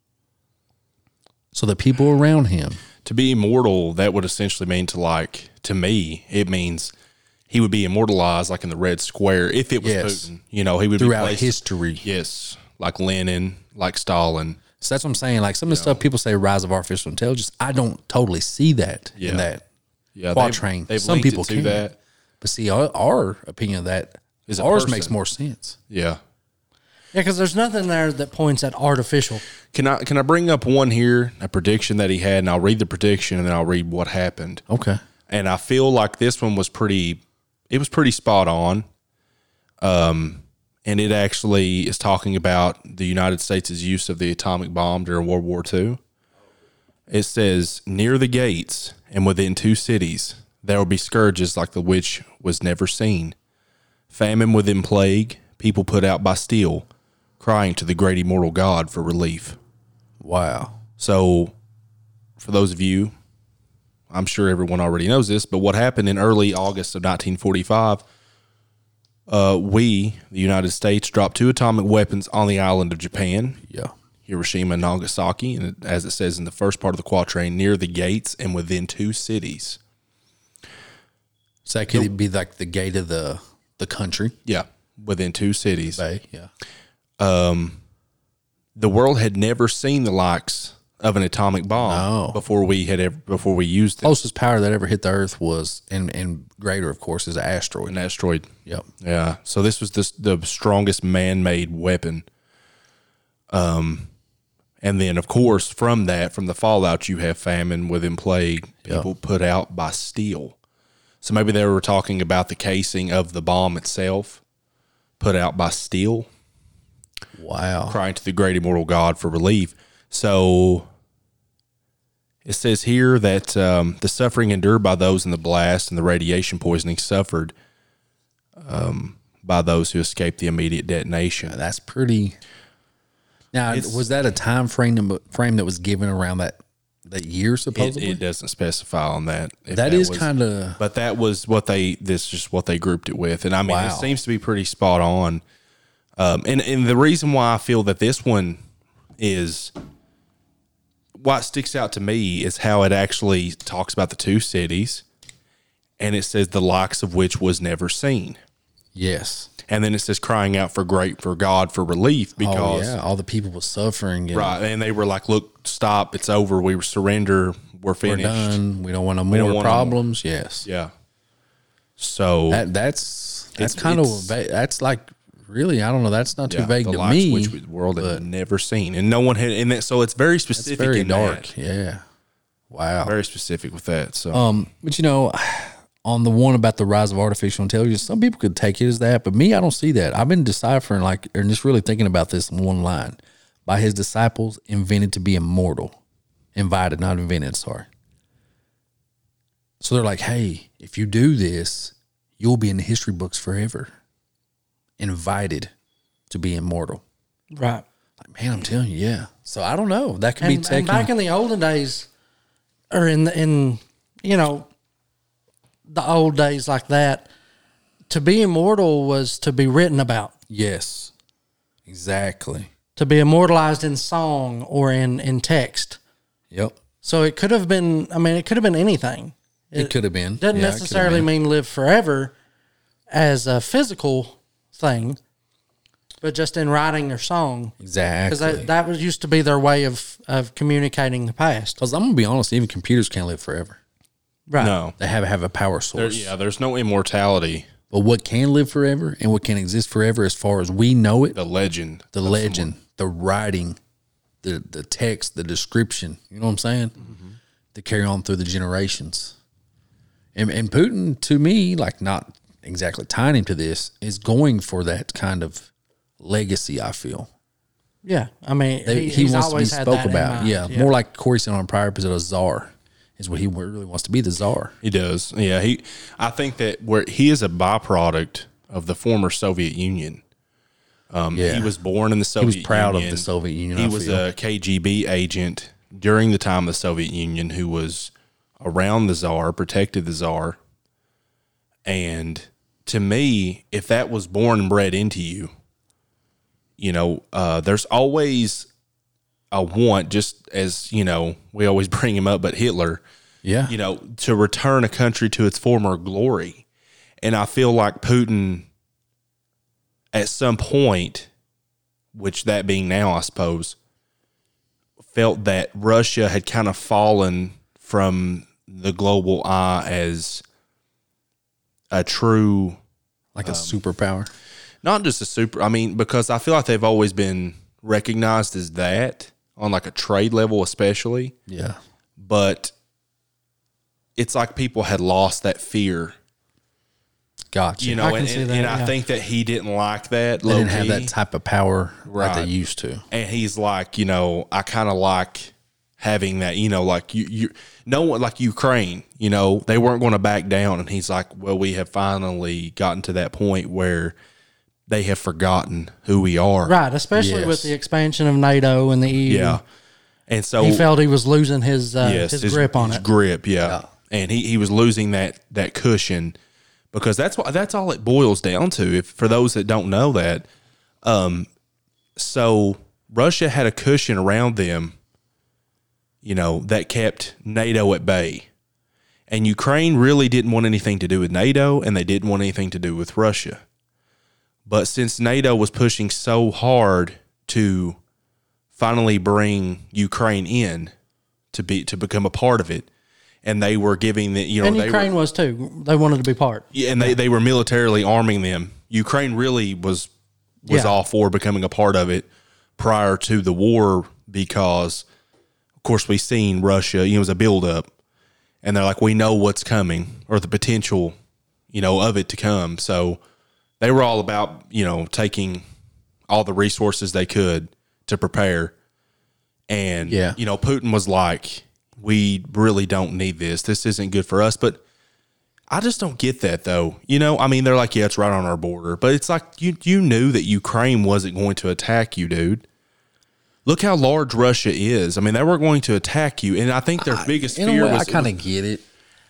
So the people around him, to be immortal that would essentially mean to like to me it means he would be immortalized like in the red square if it was Yes. Putin you know he would Throughout be placed- history. yes like Lenin like Stalin so that's what I'm saying. Like some of the stuff people say, rise of artificial intelligence. I don't totally see that Yeah. in that. yeah Quatrain. Some linked it people to can. But see, our, our opinion of that Is is a ours person. makes more sense. yeah yeah, because there's nothing there that points at artificial. can I can I bring up one here a prediction that he had and I'll read the prediction and then I'll read what happened Okay. and I feel like this one was pretty it was pretty spot on. Um and it actually is talking about the United States' use of the atomic bomb during World War II. It says, near the gates and within two cities, there will be scourges like the which was never seen. Famine within plague, people put out by steel, crying to the great immortal God for relief. Wow. So, for those of you, I'm sure everyone already knows this, but what happened in early August of 1945, uh, we, the United States, dropped two atomic weapons on the island of Japan, Yeah. Hiroshima and Nagasaki, and it- as it says in the first part of the quatrain, near the gates and within two cities. So that could be like the gate of the the country. Yeah, within two cities. Bay, yeah. the world had never seen the likes of an atomic bomb No. before we had ever before we used it. Closest power that ever hit the Earth was, and and greater, of course, is an asteroid. an asteroid. Yep. Yeah. So this was the the strongest man-made weapon. Um, and then of course from that, from the fallout, you have famine within plague. People put out by steel. So maybe they were talking about the casing of the bomb itself, put out by steel. Wow. crying to the great immortal God for relief. So it says here that um, the suffering endured by those in the blast and the radiation poisoning suffered um, by those who escaped the immediate detonation. That's pretty. Now, It's- was that a time frame uh, frame that was given around that that year It, supposedly? it doesn't specify on that. if that is was- kind of But that was what they. This is just what they grouped it with, and I mean, Wow. it seems to be pretty spot on. Um, and and the reason why I feel that this one is what sticks out to me is how it actually talks about the two cities, and it says the likes of which was never seen, yes. and then it says crying out for great for God for relief oh because yeah, all the people was suffering. And right, and they were like, look, stop, it's over, we surrender, we're We're finished, done. We don't want no don't more want no more. problems. Yes. yeah. So That that's that's It's- kind of it's- that's like really I don't know. That's not too Yeah, vague the to lights me. which was world had never seen, and no one had. And that, so it's very it's specific. very in dark. that. Yeah. Wow. Very specific with that. So Um, but you know, on the one about the rise of artificial intelligence, some people could take it as that, but me, I don't see that. I've been deciphering, like, and just really thinking about this in one line. By his disciples, invented to be immortal, invited, not invented. Sorry. So they're like, hey, if you do this, you'll be in the history books forever. Invited to be immortal. Right. Like, man, I'm telling you, yeah. So I don't know. That could be And, and taken. back in the olden days, or in the, in you know, the old days like that, to be immortal was to be written about, yes, exactly. to be immortalized in song or in in text. Yep. So it could have been. I mean, it could have been anything. It, could have been. Doesn't Yeah, it could've necessarily been. mean live forever as a physical thing, but just in writing or song. Because exactly. that, that was used to be their way of, of communicating the past. Because I'm gonna be honest, even computers can't live forever. Right. no, They have have a power There- source. yeah, there's no immortality. But what can live forever and what can exist forever, as far as we know it, The legend. the legend, the writing, the the text, the description. You know what I'm saying? To carry on through the generations. And and Putin, to me, like not exactly tying him to this, is going for that kind of legacy. I feel Yeah. I mean, They- he, he, he's wants to be always spoke about. Yeah, more more like Corey said on a prior episode, a czar is what he really wants to be, the czar. He does. Yeah, he. I think that where he is a byproduct of the former Soviet Union. Um, Yeah. He was born in the Soviet. proud of Union. the Soviet Union, He I was feel. a KGB agent during the time of the Soviet Union, who was around the czar, protected the czar, and to me, if that was born and bred into you, you know, uh, there's always a want. Just as you know, we always bring him up, but Hitler Yeah, you know, to return a country to its former glory. And I feel like Putin, at some point, which that being now, I suppose, felt that Russia had kind of fallen from the global eye as a true, like Um, a superpower. not just a super, I mean, because I feel like they've always been recognized as that on like a trade level, especially. Yeah. but it's like people had lost that fear, Gotcha. you know, can and, see and, that, and I yeah. think that he didn't like that. they low didn't have key. that type of power like Right. they used to. and he's like, you know, I kind of like having that, you know, like you, you, no one like Ukraine, you know, they weren't going to back down, and he's like, well, we have finally gotten to that point where they have forgotten who we are, Right. Especially with Yes. the expansion of NATO and the EU. Yeah, and so Oh. He felt he was losing his uh, his, grip on his it. Grip, yeah. And he, he was losing that that cushion because that's what that's all it boils down to. If for those that don't know that, um, so Russia had a cushion around them, you know, that kept NATO at bay, And Ukraine really didn't want anything to do with NATO and they didn't want anything to do with Russia. But since NATO was pushing so hard to finally bring Ukraine in to be to become a part of it, and they were giving the you know and they were, Ukraine was too. They wanted to be part. yeah, and they, they were militarily arming them. Ukraine really was was Yeah. all for becoming a part of it prior to the war because, of course, we seen Russia. You know, it was a buildup, and they're like, we know what's coming or the potential, you know, of it to come. So they were all about you know taking all the resources they could to prepare. And Yeah. you know, Putin was like, "We really don't need this. This isn't good for us." But I just don't get that though. You know, I mean, they're like, yeah, it's right on our border, but it's like you you knew that Ukraine wasn't going to attack you, dude. Look how large Russia is. I mean, they were going to attack you, and I think their biggest In fear a way, was. I kind of get it.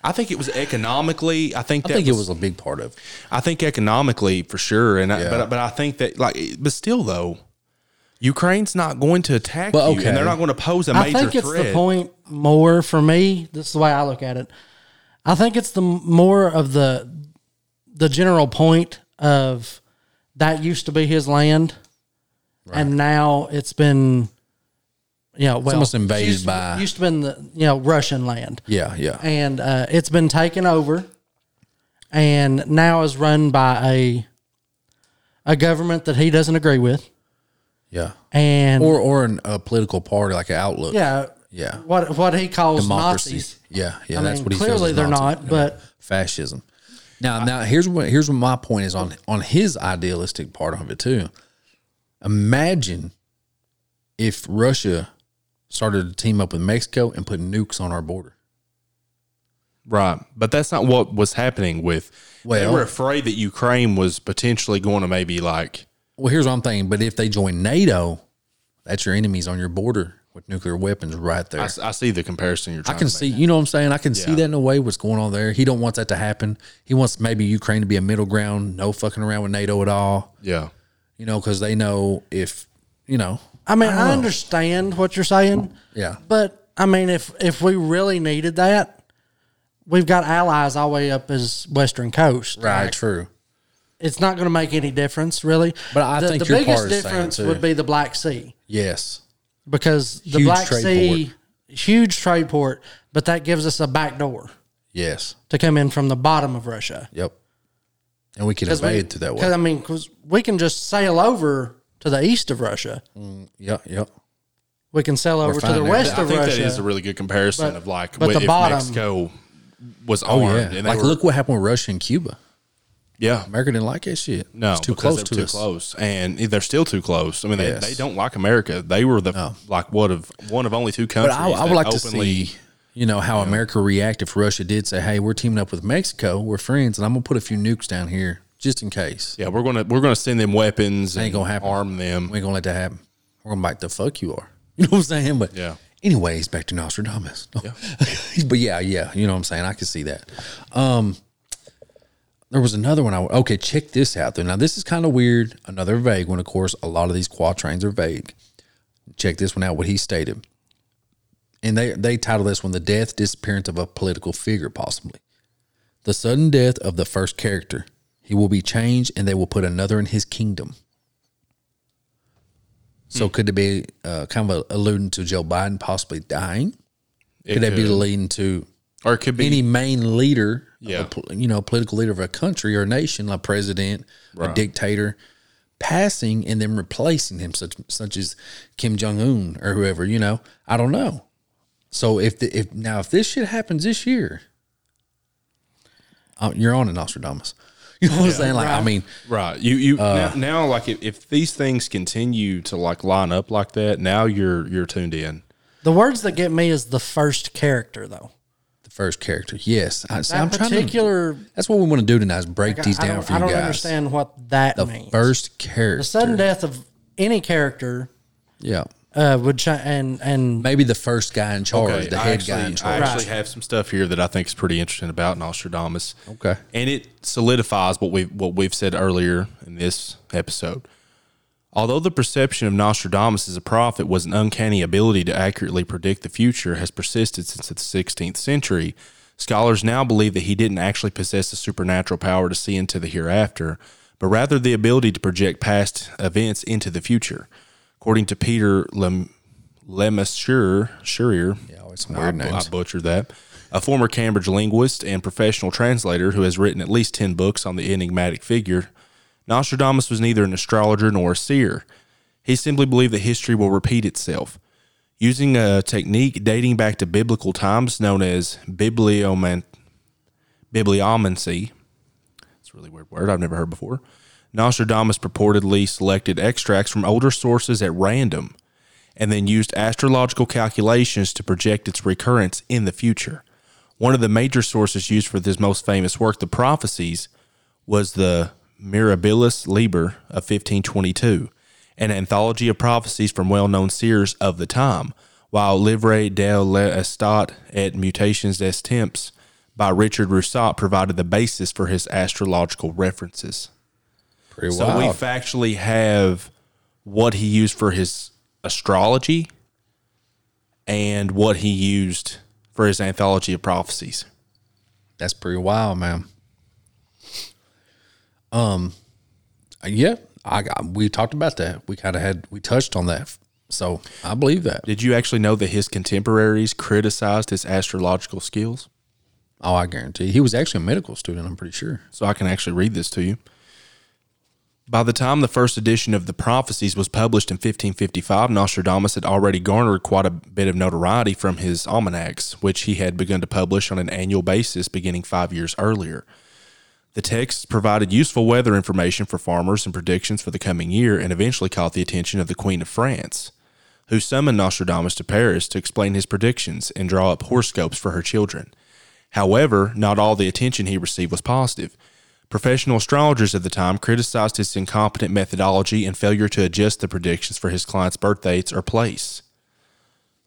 I think it was economically. I think I that think was, it was a big part of it. I think economically for sure, and I, Yeah. but but I think that like, but still though, Ukraine's not going to attack But you, and okay. they're not going to pose a I major think it's threat. the point more for me. This is the way I look at it. I think it's the m- more of the the general point of that used to be his land, and now it's been, you know, well, almost invaded used to- by- used to been the you know Russian land, Yeah, yeah. and uh, it's been taken over, and now is run by a a government that he doesn't agree with, yeah. and Or or an, a political party like an outlook. yeah, Yeah. what what he calls Democracy. Nazis. Yeah, yeah. I that's mean, what he feels clearly is they're Nazi. not, but- fascism. Now, now here's what here's what my point is on on his idealistic part of it too. Imagine if Russia started to team up with Mexico and put nukes on our border. Right. But that's not what was happening with. they Well- were afraid that Ukraine was potentially going to maybe like, Well, here's what I'm thinking. But if they join NATO, that's your enemies on your border with nuclear weapons right there. I, I see the comparison you're I trying can to see, you know what I'm saying? I can see Yeah. that in a way what's going on there. He don't want that to happen. He wants maybe Ukraine to be a middle ground, no fucking around with NATO at all. make. Yeah. You know, because they know if you know, I mean, I, understand what you're saying, Oh. yeah, but I mean, if if we really needed that, we've got allies all the way up as western coast. right, true. It's not going to make any difference, really. But I the, think the your biggest part is saying, difference too. would be the Black Sea Yes, because the Huge Black trade Sea, huge trade port, but that gives us a back door yes, to come in from the bottom of Russia. yep. And we can 'Cause we- invade through that 'cause, way. I mean, 'cause we can just sail over to the east of Russia. Yep, yep. We can sail over to fine the there. west I of think Russia. that is a really good comparison But- of like, but wh- the if bottom- Mexico was Oh armed. yeah, And they like were, look what happened with Russia and Cuba. Yeah. America didn't like that shit. No, it's too because close they to were too us. close, and they're still too close. I mean, Yes. they, they don't like America. They were the like what of one of only two But countries. I, I that would like openly- to see, you know, how America react if Russia did say, "Hey, we're teaming up with Mexico. We're friends, and I'm gonna put a few nukes down here just in case." Yeah, we're gonna we're gonna send them weapons. Ain't and gonna happen. Arm them. We ain't gonna let that happen. We're gonna bite the fuck you are. You know what I'm saying? But Yeah. Anyways, back to Nostradamus. No. but yeah, yeah, you know what I'm saying. I can see that. Um, there was another one. I okay, check this out though. Now this is kind of weird. Another vague one. Of course, a lot of these quatrains are vague. Check this one out. What he stated, and they they title this one "The Death Disappearance of a Political Figure," possibly. The sudden death of the first character. He will be changed, and they will put another in his kingdom. So could it be uh, kind of alluding to Joe Biden possibly dying? It could that be leading to or it could be any main leader, Yeah. of a, pol- you know, political leader of a country or a nation, like president, a dictator, passing and then replacing him, such such as Kim Jong Un or whoever. You know, I don't know. So if the, if now if this shit happens this year, uh, you're on a Nostradamus. You know what I'm saying? Like, I mean, Right. You you Uh, now, now like if, if these things continue to like line up like that, now you're you're tuned in. The words that get me is the first character, though. the first character. Yes, I, see, That I'm trying to. particular. That's what we want to do tonight is break these I down don't, for you I don't guys. understand what that the means. first character. the sudden death of any character Yeah. uh, would ch- and and Maybe the first guy in charge, the I head actually, guy in I charge. actually have some stuff here that I think is pretty interesting about Nostradamus. Okay. And it solidifies what we've what we've said earlier in this episode. Although the perception of Nostradamus as a prophet was an uncanny ability to accurately predict the future has persisted since the 16th century, Scholars now believe that he didn't actually possess the supernatural power to see into the hereafter, but rather the ability to project past events into the future. According to Peter Lem- Lemessurier, Schurier, Yeah, always some weird I, names. I butchered that. A former Cambridge linguist and professional translator who has written at least 10 books on the enigmatic figure, Nostradamus was neither an astrologer nor a seer. He simply believed that history will repeat itself. Using a technique dating back to biblical times known as biblioman- bibliomancy, it's a really weird word I've never heard before. Nostradamus purportedly selected extracts from older sources at random and then used astrological calculations to project its recurrence in the future. One of the major sources used for this most famous work, the Prophecies, was the Mirabilis Liber of 1522, an anthology of prophecies from well known seers of the time, while Livre de l'Estat et Mutations des Temps by Richard Roussat provided the basis for his astrological references. Pretty So we wild. factually have what he used for his astrology and what he used for his anthology of prophecies. That's pretty wild, man. Um, yeah, I got, we talked about that. We kind of had we touched on that, so I believe that. Did you actually know that his contemporaries criticized his astrological skills? Oh, I guarantee he was actually a medical student. I'm pretty sure. so I can actually read this to you. By the time the first edition of the Prophecies was published in 1555, Nostradamus had already garnered quite a bit of notoriety from his almanacs, which he had begun to publish on an annual basis beginning five years earlier. The texts provided useful weather information for farmers and predictions for the coming year and eventually caught the attention of the Queen of France, who summoned Nostradamus to Paris to explain his predictions and draw up horoscopes for her children. However, not all the attention he received was positive. Professional astrologers at the time criticized his incompetent methodology and failure to adjust the predictions for his clients' birth dates or place.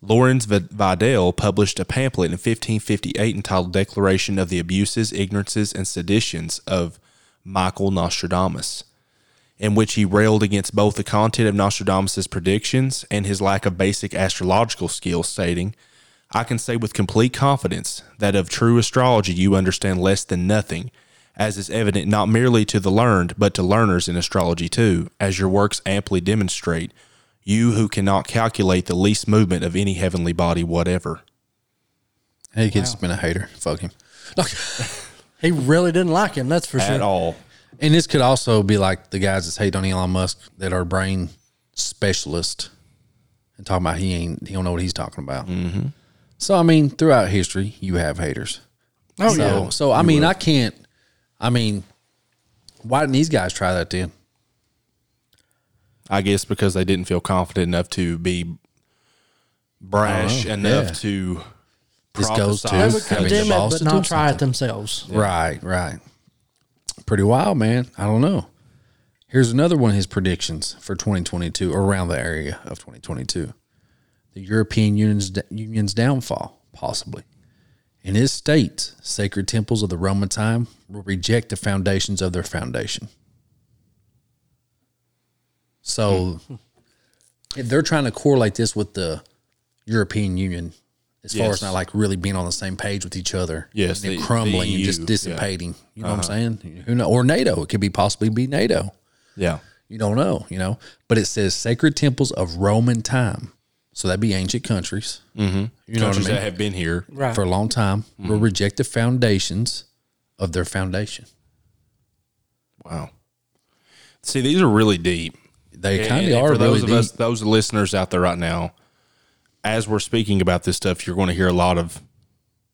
Lawrence Vid- Vidal published a pamphlet in 1558 entitled Declaration of the Abuses, Ignorances, and Seditions of Michael Nostradamus, in which he railed against both the content of Nostradamus's predictions and his lack of basic astrological skill, stating, I can say with complete confidence that of true astrology you understand less than nothing, as is evident not merely to the learned, but to learners in astrology too, as your works amply demonstrate, you who cannot calculate the least movement of any heavenly body whatever. He could just been a hater. Fuck him. He really didn't like him, that's for At sure. all. And this could also be like the guys that's hating on Elon Musk that are brain specialist and talking about he ain't he don't know what he's talking about. Mm-hmm. So I mean, throughout history, you have haters. Oh, so, yeah. So I mean, I can't. I mean, why didn't these guys try that then? I guess because they didn't feel confident enough to be brash know, enough Oh, yeah. to This goes to prophesize. They would having the condemn it, balls but to not do try it themselves. Right, right. Pretty wild, man. I don't know. Here's another one of his predictions for 2022 or around the area of 2022. The European Union's, Union's downfall, possibly. In his states, sacred temples of the Roman time will reject the foundations of their foundation. So if they're trying to correlate this with the European Union as far Yes. as not like really being on the same page with each other. Yes, and them the- crumbling and the EU, just yeah. Uh-huh. dissipating. You know what I'm saying? Who know? Or NATO? It could be possibly be NATO. Yeah. You don't know. You know. But it says sacred temples of Roman time, so that'd be ancient countries. Mm-hmm. You know Countries what I that mean? have Mm-hmm. been here. Right. For a long time, will reject the foundations of their foundation. Wow. See, these are really deep. They And- kind of and are for really those of deep. us, those listeners out there right now. As we're speaking about this stuff, you're going to hear a lot of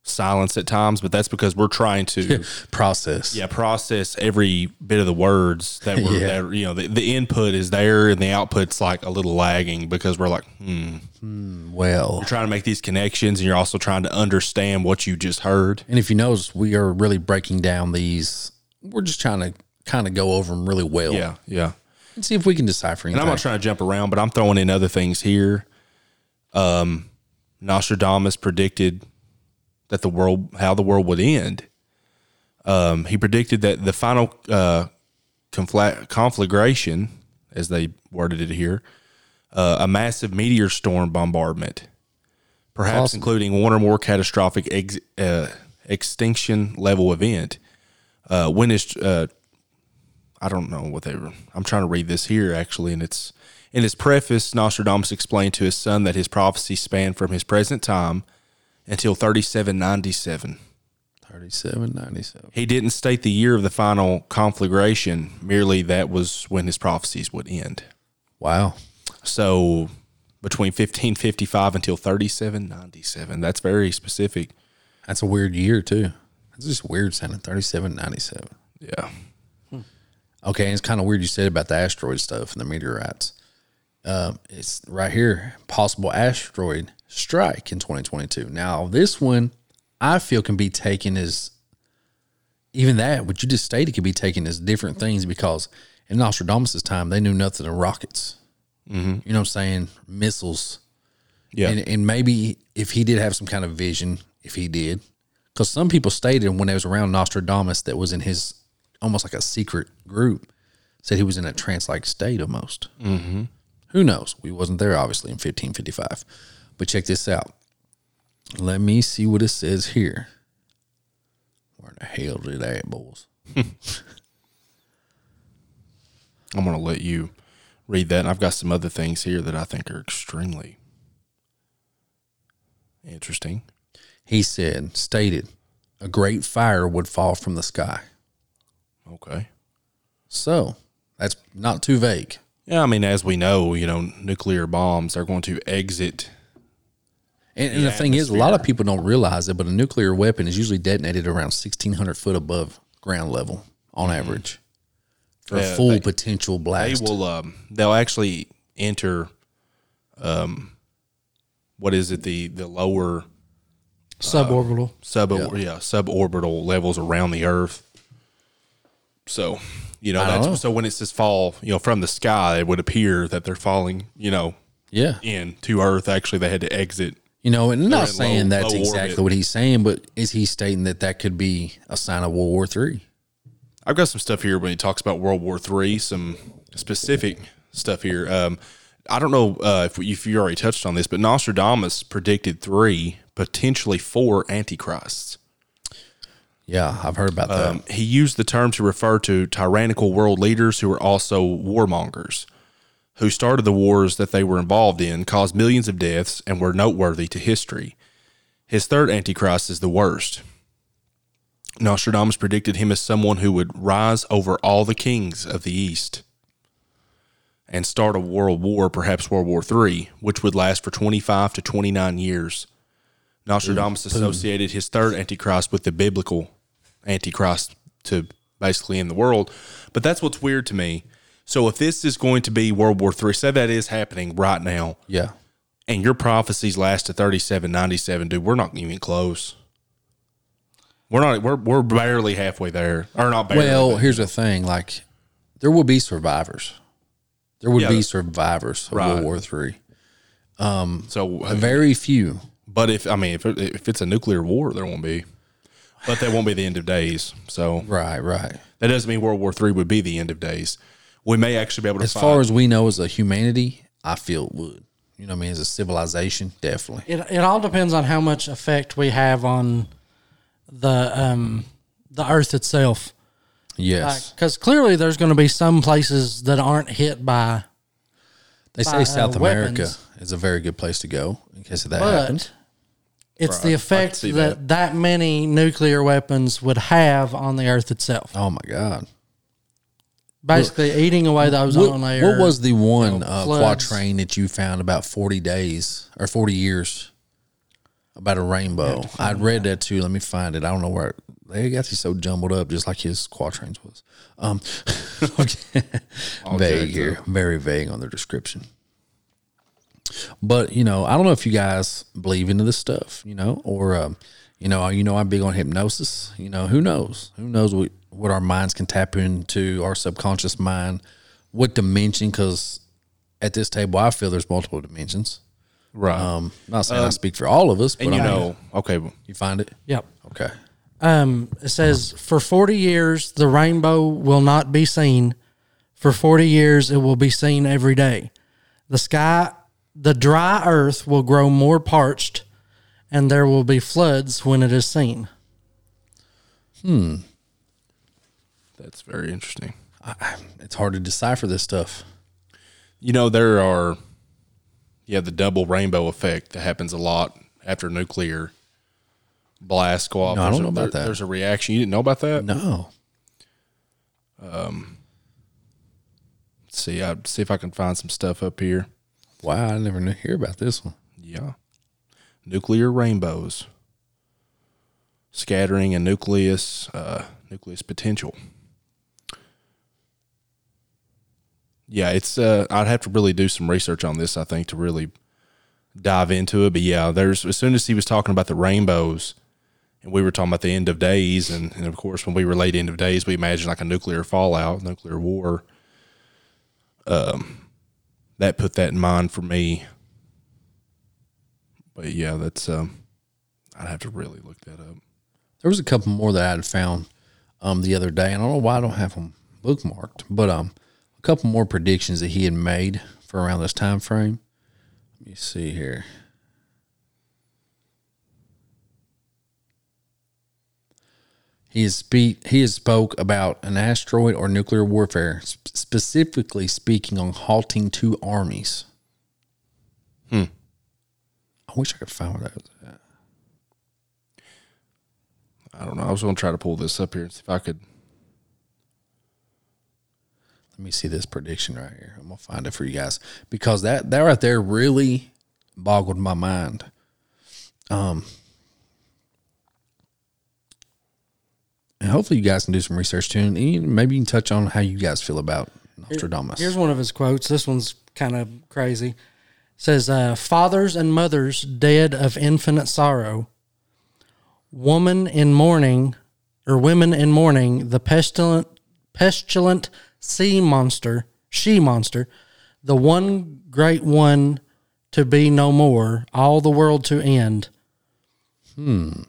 silence at times, but that's because we're trying to process. yeah process every bit of the words that were Yeah. that, you know the, the input is there and the output's like a little lagging because we're like hmm, Well, trying to make these connections and you're also trying to understand what you just heard. And if you notice, we are really breaking down these. We're just trying to kind of go over them really well. Yeah, yeah. And see if we can decipher And anything. I'm not trying to jump around, but I'm throwing in other things here. Um, Nostradamus predicted that the world, how the world would end. Um, he predicted that the final uh, confla- conflagration, as they worded it here, uh, a massive meteor storm bombardment, perhaps Awesome. including one or more catastrophic ex- uh, extinction level event. Uh, when is uh, I don't know what they were. I'm trying to read this here actually, and it's in his preface. Nostradamus explained to his son that his prophecy spanned from his present time until 3797. 3797. He didn't state the year of the final conflagration, merely that was when his prophecies would end. Wow. So between 1555 until 3797. That's very specific. That's a weird year, too. That's just weird sounding. 3797. Yeah. Okay, and it's kind of weird you said about the asteroid stuff and the meteorites. Um, it's right here possible asteroid strike in 2022. Now, this one I feel can be taken as even that, what you just stated, could be taken as different things because in Nostradamus' time, they knew nothing of rockets. You know what I'm saying? Missiles. Yeah. And, and maybe if he did have some kind of vision, if he did, because some people stated when they was around Nostradamus that was in his almost like a secret group, said he was in a trance like state almost. Mm-hmm. Who knows? We wasn't there obviously in 1555. But check this out. Let me see what it says here. Where the hell did that, boys? I'm going to let you read that. And I've got some other things here that I think are extremely interesting. He said, stated, a great fire would fall from the sky. Okay. So that's not too vague. Yeah, I mean, as we know, you know, nuclear bombs are going to exit. And, and the thing is, a lot of people don't realize it, but a nuclear weapon is usually detonated around 1,600 foot above ground level on average for Mm-hmm. Yeah, a full they- potential They blast. will, um, they'll actually enter, um, what is it? The the lower Suborbital. sub yeah. suborbital levels around the Earth. So, you know, I don't that's, know. so when it says fall, you know, from the sky, it would appear that they're falling, you know, yeah. in to Earth. Actually, they had to exit. You know, and I'm in not low- saying that's low exactly orbit. what he's saying, but is he stating that that could be a sign of World War Three? I've got some stuff here when he talks about World War Three. Some specific stuff here. Um, I don't know uh, if, we, if you already touched on this, but Nostradamus predicted three, potentially four antichrists. Yeah, I've heard about that. Um, he used the term to refer to tyrannical world leaders who were also warmongers, who started the wars that they were involved in, caused millions of deaths, and were noteworthy to history. His third Antichrist is the worst. Nostradamus predicted him as someone who would rise over all the kings of the East and start a world war, perhaps World War III, which would last for 25 to 29 years. Nostradamus associated his third Antichrist with the biblical Antichrist to basically end the world. But that's what's weird to me. So if this is going to be World War III, say that is happening right now, yeah, and your prophecies last to thirty-seven, ninety-seven, dude, we're not even close. We're not. We're we're barely halfway there, or not barely. Well, but- here's the thing: like, there will be survivors. There would Yeah. be survivors of Right. World War Three. so, Very few. but if I mean, if it, if it's a nuclear war, there won't be. But that won't be the end of days. So Right, right. that doesn't mean World War Three would be the end of days. We may actually be able to. As find, far as we know, as a humanity, I feel it would. You know, what I mean, as a civilization, definitely. It, it all depends on how much effect we have on the um, the Earth itself. Yes, Because clearly, there's going to be some places that aren't hit by, they by, say uh, South America weapons. is a very good place to go in case if that but happens. it's the effect see that, that many nuclear weapons would have on the Earth itself. Oh my God! Basically, eating away the What, ozone layer. what was the one uh, floods. quatrain that you found about forty days or forty years about a rainbow? I read that too. Let me find it. I don't know where they got these so jumbled up, just like his quatrains was. Um, okay. vague here, very vague on their description. But you know, I don't know if you guys believe into this stuff, you know, or um, you know, you know, I'm big on hypnosis. You know, who knows? Who knows what what our minds can tap into, our subconscious mind, what dimension? Because at this table, I feel there's multiple dimensions. right? Um, not saying I speak for all of us, but and you I mean, know, okay, well, you find it. Yep. Okay. Um, it says, for 40 years, the rainbow will not be seen. For 40 years, it will be seen every day. The sky, the dry earth will grow more parched, and there will be floods when it is seen. That's very interesting. It's hard to decipher this stuff. You know, there are, yeah, the double rainbow effect that happens a lot after nuclear blast go off. No, I don't There's a- know about there- that. There's a reaction. You didn't know about that? No. Let's see, I see if I can find some stuff up here. Wow, I never knew hear about this one. Yeah, nuclear rainbows scattering a nucleus, uh, nucleus potential. Yeah, it's. Uh, I'd have to really do some research on this. I think to really dive into it. But yeah, there's as soon as he was talking about the rainbows, and we were talking about the end of days, and, and of course when we relate end of days, we imagine like a nuclear fallout, nuclear war. Um, that put that in mind for me. But yeah, that's. Um, I'd have to really look that up. There was a couple more that I had found um, the other day, and I don't know why I don't have them bookmarked, but um, a couple more predictions that he had made for around this time frame. Let me see here. He has, spe- he has spoke about an asteroid or nuclear warfare, sp- specifically speaking on halting two armies. Hmm. I wish I could find what that was. I don't know. I was going to try to pull this up here and see if I could. let me see this prediction right here. I'm gonna find it for you guys because that that right there really boggled my mind. Um, and hopefully you guys can do some research too, and you- maybe you can touch on how you guys feel about Nostradamus. Here's one of his quotes. This one's kind of crazy. It says, uh, "Fathers and mothers dead of infinite sorrow, woman in mourning, or women in mourning, the pestilent, pestilent sea monster, she monster, the one great one to be no more, all the world to end." I'm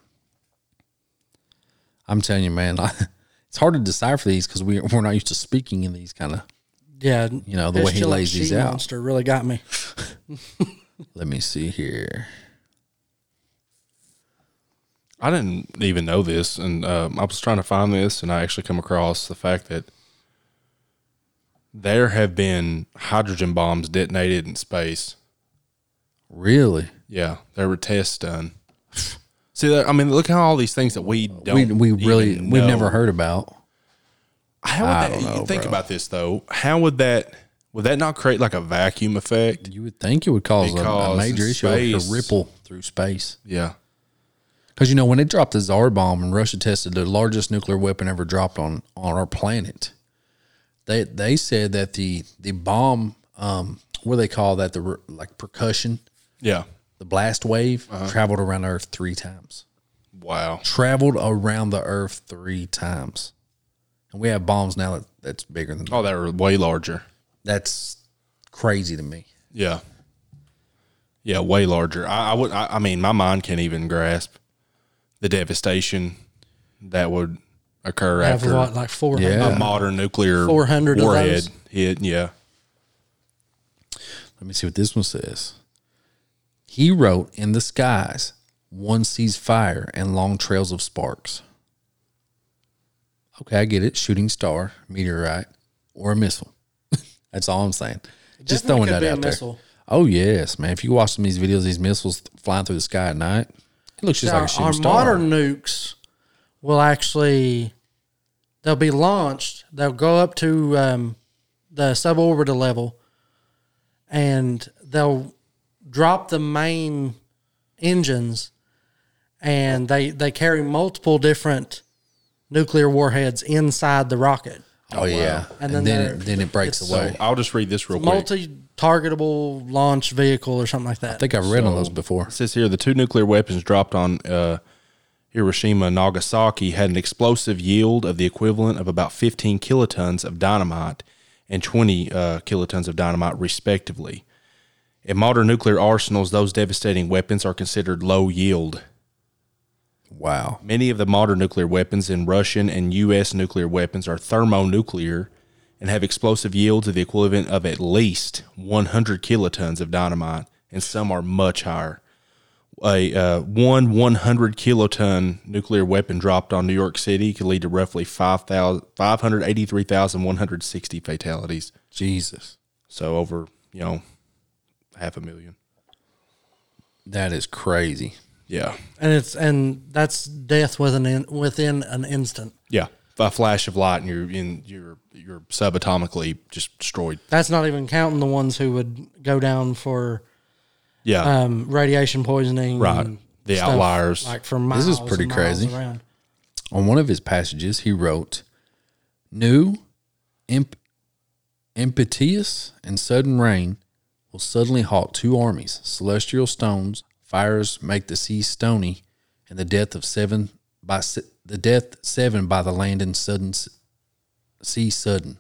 telling you, man, I, it's hard to decipher these because we we're not used to speaking in these kind of. Yeah, You know, the way he pestilent lays these she out. Monster really got me. Let me see here. I didn't even know this, and um, I was trying to find this, and I actually come across the fact that there have been hydrogen bombs detonated in space. Really, Yeah, there were tests done. See, that, I mean, look how all these things that we we don't we really even we've know. never heard about. How would I that, don't know, you think bro. about this though? How would that would that not create like a vacuum effect? You would think it would cause a, a Because major in issue, like a space- ripple through space. Yeah, Because you know when they dropped the Tsar bomb and Russia tested the largest nuclear weapon ever dropped on on our planet, they they said that the the bomb, um, what do they call that? The re- like percussion, yeah. the blast wave traveled around Earth three times. Wow. Traveled around the Earth three times, and we have bombs now that, that's bigger than Oh, they were way larger. that's crazy to me. Yeah. Yeah, way larger. I, I would. I, I mean, my mind can't even grasp the devastation that would occur Have after what, like four hundred? Yeah. a modern nuclear 400 of warhead those? hit. Yeah. Let me see what this one says. He wrote, In the skies, one sees fire and long trails of sparks. Okay, I get it. Shooting star, meteorite, or a missile. That's all I'm saying. Just definitely throwing could that be a out there. missile. Oh, yes, man. If you watch some of these videos, these missiles flying through the sky at night, it looks just Now, like a shooting our star. modern nukes will actually they'll be launched they'll go up to um, the suborbital level and they'll drop the main engines and they they carry multiple different nuclear warheads inside the rocket oh, yeah. And, And then then, they're- it, then it breaks it's- away. I'll just read this real quick. multi-targetable launch vehicle or something like that I think I've read on those before. It says here the two nuclear weapons dropped on uh, Hiroshima and Nagasaki had an explosive yield of the equivalent of about 15 kilotons of dynamite and 20 uh, kilotons of dynamite, respectively. In modern nuclear arsenals, those devastating weapons are considered low yield. Wow. Many of the modern nuclear weapons in Russian and U.S. nuclear weapons are thermonuclear and have explosive yields of the equivalent of at least 100 kilotons of dynamite, and some are much higher. a uh, one 100 kiloton nuclear weapon dropped on New York City could lead to roughly 5,000 583,160 fatalities. Jesus, So over, you know, half a million. that is crazy. Yeah. and it's and that's death within an in, within an instant. Yeah. A flash of light and you're in you're you're subatomically just destroyed. That's not even counting the ones who would go down for Yeah. Uh, um, radiation poisoning. Right. and The outliers. like for miles. This is and pretty miles crazy. around. On one of his passages, he wrote, "New, imp, impetuous, and sudden rain will suddenly halt two armies. Celestial stones, fires make the sea stony, and the death of seven by se- the death seven by the land in sudden s- sea sudden."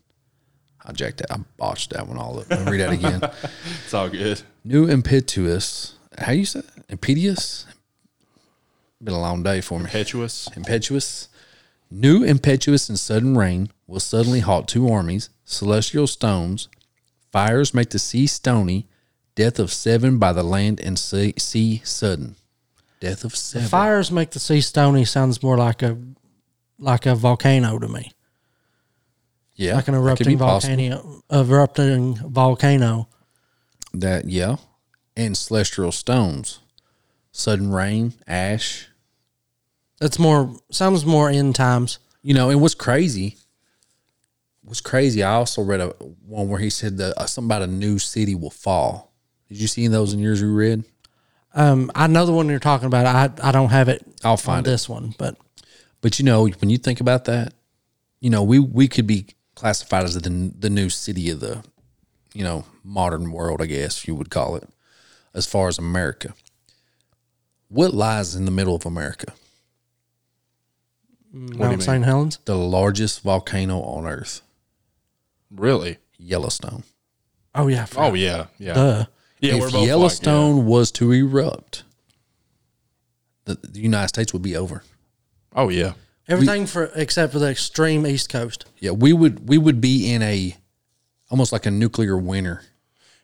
I jacked that. I botched that one all up. Let me read that again. it's all good. New impetuous. How you say? that? Impetuous. Been a long day for me Impetuous. impetuous. New impetuous and sudden rain will suddenly halt two armies, celestial stones, fires make the sea stony, death of seven by the land and sea, sea sudden. Death of seven. Fires make the sea stony sounds more like a like a volcano to me, yeah, like an that could be erupting possible. volcano, erupting volcano. That yeah, and celestial stones, sudden rain, ash. That's more sounds more end times. You know, and what's crazy? What's crazy? I also read a one where he said that uh, something about a new city will fall. Did you see those in yours you read? Um, I know the one you're talking about. I I don't have it. I'll on find it. this one, but But you know, when you think about that, you know, we we could be classified as the the new city of the, you know, modern world, I guess you would call it, as far as America. What lies in the middle of America? Mount St. Helens. The largest volcano on earth, Really? Yellowstone. Oh yeah. Uh, I forgot. Oh yeah. Yeah. Duh. Yeah, if Yellowstone was to erupt, the, the United States would be over. Oh yeah. Everything for except for the extreme East Coast. Yeah, we would we would be in a almost like a nuclear winter.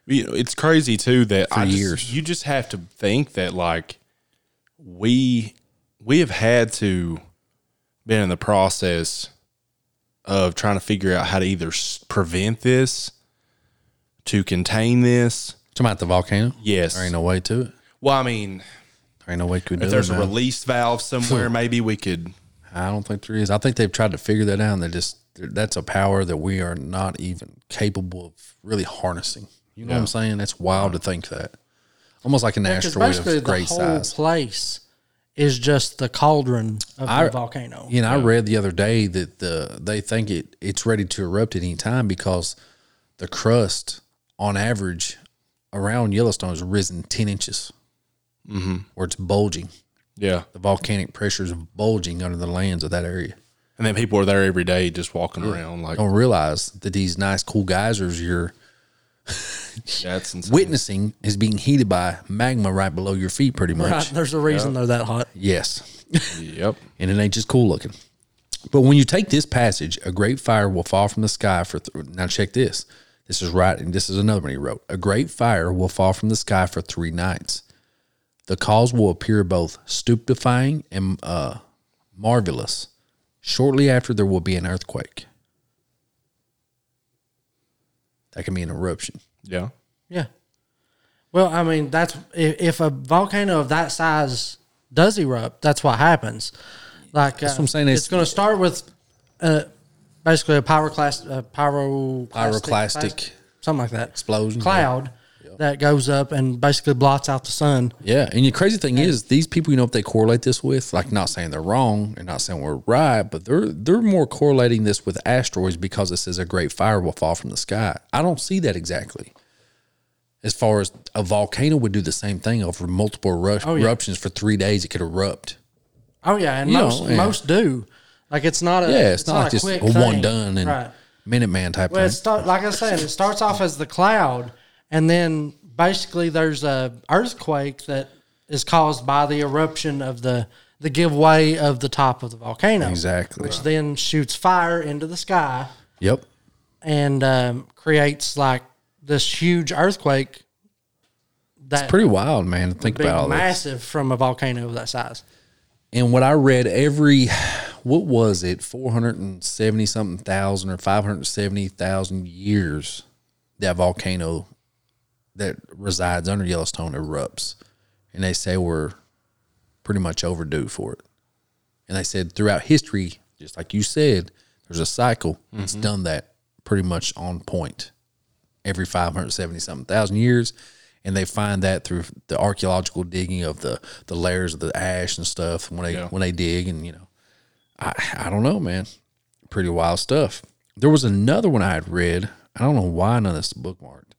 You know, it's crazy too that I just- years. you just have to think that like we we have had to been in the process of trying to figure out how to either s- prevent this, to contain this. Talking about the volcano? Yes. There ain't no way to it. Well, I mean, There ain't no way could do if there's it. a now. release valve somewhere, maybe we could. I don't think there is. I think they've tried to figure that out. And they just they're- that's a power that we are not even capable of really harnessing. You know what I'm saying? That's wild to think that. Almost like an Because asteroid basically of the great whole size. place is just the cauldron of I- the volcano. You know, I read the other day that the they think it it's ready to erupt at any time because the crust, on average, around Yellowstone has risen ten inches, mm-hmm. or it's bulging. Yeah. The volcanic pressure is bulging under the lands of that area. And then people are there every day just walking around like don't realize that these nice cool geysers you're that's insane. witnessing is being heated by magma right below your feet pretty much Right, there's a reason they're that hot. yes Yep. and it ain't just cool looking but when you take this passage a great fire will fall from the sky for th- now check this this is right and this is another one he wrote a great fire will fall from the sky for three nights the cause will appear both stupefying and uh, marvelous shortly after there will be an earthquake that can be an eruption Yeah. Yeah. Well, I mean, that's if, if a volcano of that size does erupt, that's what happens. Like uh, what I'm saying. It's It's- going to start with uh, basically a pyroclast, uh, pyro Pyroclastic. something like that Explosion, yeah. cloud that goes up and basically blots out the sun. Yeah, and the crazy thing is, these people, you know, if they correlate this with, like, not saying they're wrong and not saying we're right, but they're they're more correlating this with asteroids because it says a great fire will fall from the sky. I don't see that exactly. As far as a volcano would do the same thing over multiple eru- Oh, yeah. eruptions for three days, it could erupt. Oh yeah, and You know, most yeah. most do. Like Uh, it's not a Yeah, it's, not, like a just quick a one thing. done and right. minute man type Well, it thing. start like I was saying, it starts off as the cloud, and then basically there's a earthquake that is caused by the eruption of the the giveaway of the top of the volcano, Exactly. which then shoots fire into the sky Yep. and um, creates like this huge earthquake that It's pretty wild, man, to think big, about all this. massive from a volcano of that size. And what I read every, what was it, 470 something thousand or 570,000 years that volcano that resides under Yellowstone erupts. And they say we're pretty much overdue for it. And they said throughout history, just like you said, there's a cycle. It's done that pretty much on point every 570 something thousand years and they find that through the archaeological digging of the the layers of the ash and stuff when they Yeah. when they dig and you know i i don't know man pretty wild stuff there was another one i had read i don't know why none of this is bookmarked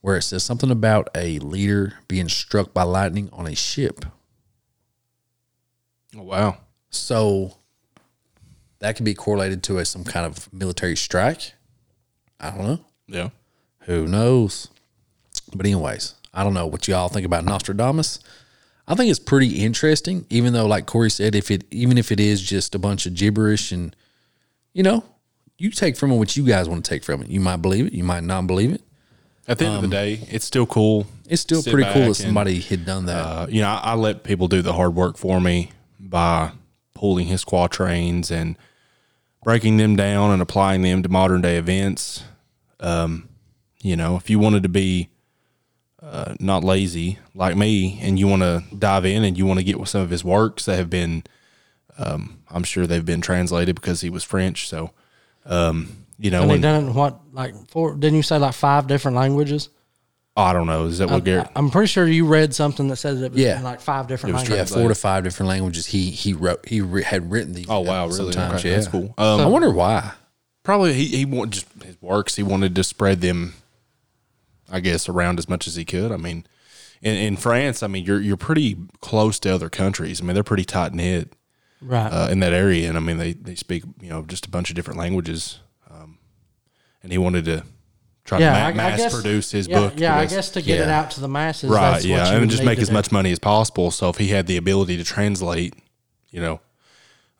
where it says something about a leader being struck by lightning on a ship Oh, wow. so that could be correlated to a, some kind of military strike i don't know Yeah. who knows? But anyways, I don't know what y'all think about Nostradamus. I think it's pretty interesting, even though, like Corey said, if it even if it is just a bunch of gibberish and you know, you take from it what you guys want to take from it. You might believe it, you might not believe it. At the end Um, of the day, it's still cool. It's still Sit pretty cool back that somebody had done that. And, uh, you know, I, I let people do the hard work for me by pulling his quatrains and breaking them down and applying them to modern day events. Um, you know, if you wanted to be uh, not lazy like me and you want to dive in and you want to get with some of his works that have been, um, I'm sure they've been translated because he was French. So, um, you know, And they and- done it in what like four? Didn't you say like five different languages? I don't know. Is that what Garrett? I'm pretty sure you read something that says it was Oh, Yeah. in like five different was languages. yeah, four to five different languages. He he wrote he re- had written these. Oh wow, out really? Sometimes, Okay, yeah, that's cool. Um, I wonder why. probably he he wanted just his works. He wanted to spread them, I guess, around as much as he could. I mean, in, in France, I mean, you're you're pretty close to other countries. I mean, they're pretty tight knit Right. uh, in that area, and I mean, they they speak you know just a bunch of different languages. Um, and he wanted to try yeah, to ma- mass produce his yeah, book. Yeah, I because- guess to get it yeah. out to the masses. right. that's what yeah, you and would just need make to as do. much money as possible. So if he had the ability to translate, you know,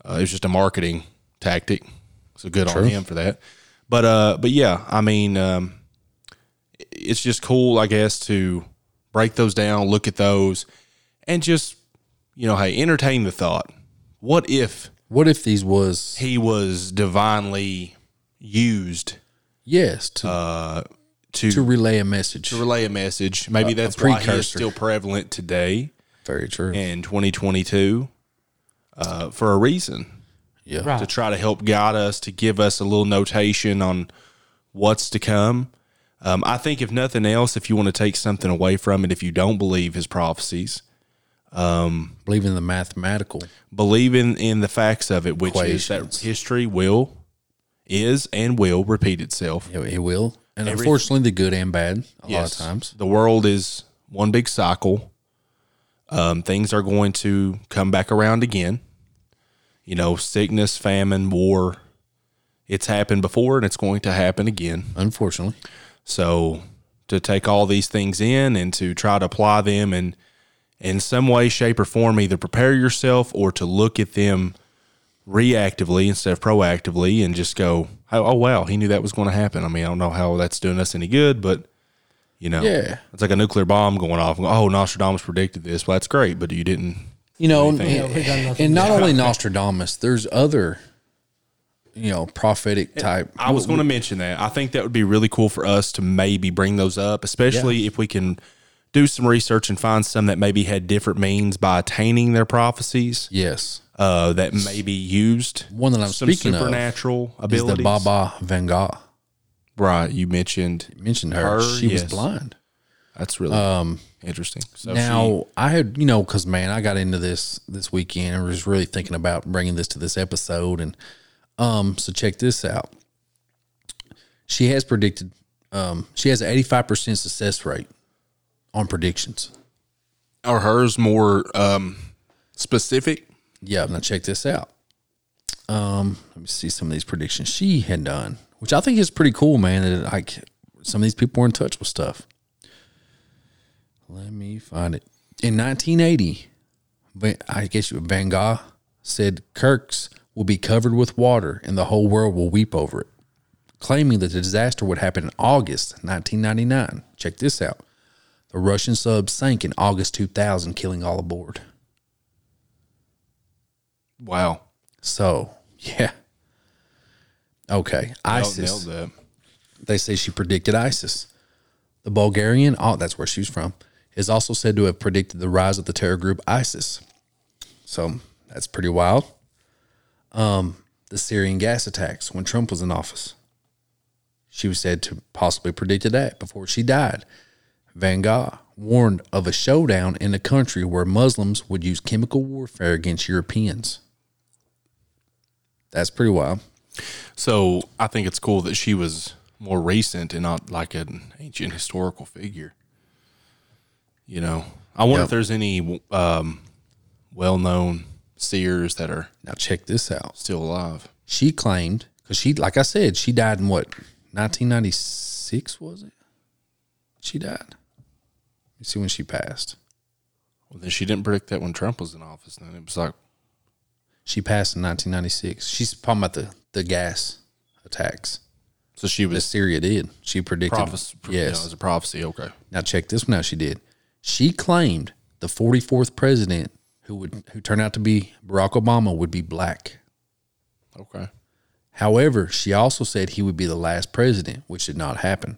uh, it was just a marketing tactic. So good on him for that. But uh, but yeah, I mean, um, it's just cool, I guess, to break those down, look at those, and just you know, hey, entertain the thought. What if What if these was he was divinely used yes to, Um, to, to relay a message? relay a message? Maybe that's why he is precursor. still prevalent today. Very true. in 2022 uh, for a reason yeah, Right. to try to help guide us to give us a little notation on what's to come um, i think if nothing else if you want to take something away from it if you don't believe his prophecies believe in the mathematical. believe in, in the facts of it which is Equations. that history will is and will repeat itself It, it will. And unfortunately, the good and bad a lot of Yes. times. The world is one big cycle. Um, things are going to come back around again. You know, sickness, famine, war. It's happened before and it's going to happen again. Unfortunately, So to take all these things in and to try to apply them and in some way, shape, or form, either prepare yourself or to look at them reactively instead of proactively and just go, oh, oh wow, he knew that was going to happen. I mean, I don't know how that's doing us any good, but you know, Yeah. it's like a nuclear bomb going off. Oh, Nostradamus predicted this. Well, that's great, but you didn't. you know, and, think? We've done nothing. and not only Nostradamus, there's other, you know, prophetic type. I was going to mention that. I think that would be really cool for us to maybe bring those up, especially if we can do some research and find some that maybe had different means by attaining their prophecies yes, uh, that maybe used One that I'm some speaking of supernatural is abilities. the Baba Vanga Right, you mentioned mentioned her? Her, she yes. was blind. that's really interesting. So Um, now I had you know because man, I got into this this weekend and was really thinking about bringing this to this episode, and um, so check this out. She has predicted, um, she has an eighty five percent success rate on predictions. she, are hers more um, specific? Yeah, now check this out. Um, let me see some of these predictions she had done, which I think is pretty cool, man. That like some of these people were in touch with stuff. Let me find it. In 1980, Van- I guess you Van Gogh said Kirk's will be covered with water and the whole world will weep over it, claiming that the disaster would happen in August 1999. Check this out. The Russian sub sank in August 2000, killing all aboard. Wow. So, yeah. Okay. ISIS. Nailed that. They say she predicted ISIS. The Bulgarian, oh, that's where she was from, is also said to have predicted the rise of the terror group ISIS. So that's pretty wild. Um, the Syrian gas attacks when Trump was in office. She was said to possibly predicted that before she died. Van Gogh warned of a showdown in a country where Muslims would use chemical warfare against Europeans. That's pretty wild. So I think it's cool that she was more recent and not like an ancient historical figure. You know, I wonder if Yep. there's any um, well-known seers that are Now check this out. still alive. she claimed because she like i said she died in what 1996 was it she died let me see when she passed Well, then she didn't predict that when Trump was in office. Then it was like, she passed in 1996 she's talking about the, the gas attacks so she that was syria did she predicted prophecy. yes it was a prophecy. Okay. Now check this one out. She did. She claimed the 44th president who would who turned out to be Barack Obama would be black. Okay. However, she also said he would be the last president, which did not happen.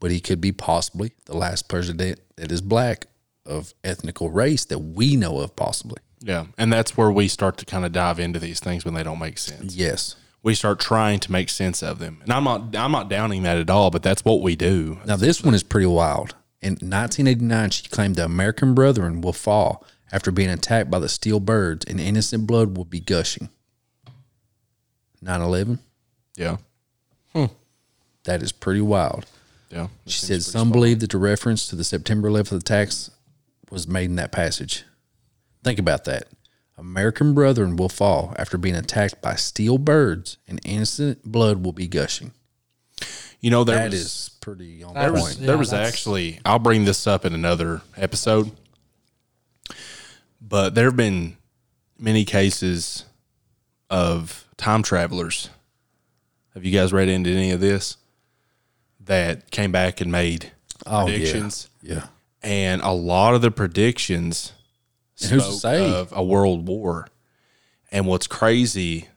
But he could be possibly the last president that is black of ethnical race that we know of, possibly. Yeah, and that's where we start to kind of dive into these things when they don't make sense. Yes. We start trying to make sense of them, and I'm not I'm not downing that at all, but that's what we do. Now, this one is pretty wild. In 1989, she claimed the American Brethren will fall after being attacked by the steel birds and innocent blood will be gushing. 9 11, Yeah, that is pretty wild. yeah. She said some believe that the reference to the September 11th attacks was made in that passage. Think about that. American Brethren will fall after being attacked by steel birds and innocent blood will be gushing. You know, there That was, is pretty on That point. was- was- Yeah, there was that's- actually I'll bring this up in another episode. But there have been many cases of time travelers. Have you guys read into any of this? That came back and made Oh, yeah. predictions. yeah. and a lot of the predictions And who's to spoke say? of a world war. And what's crazy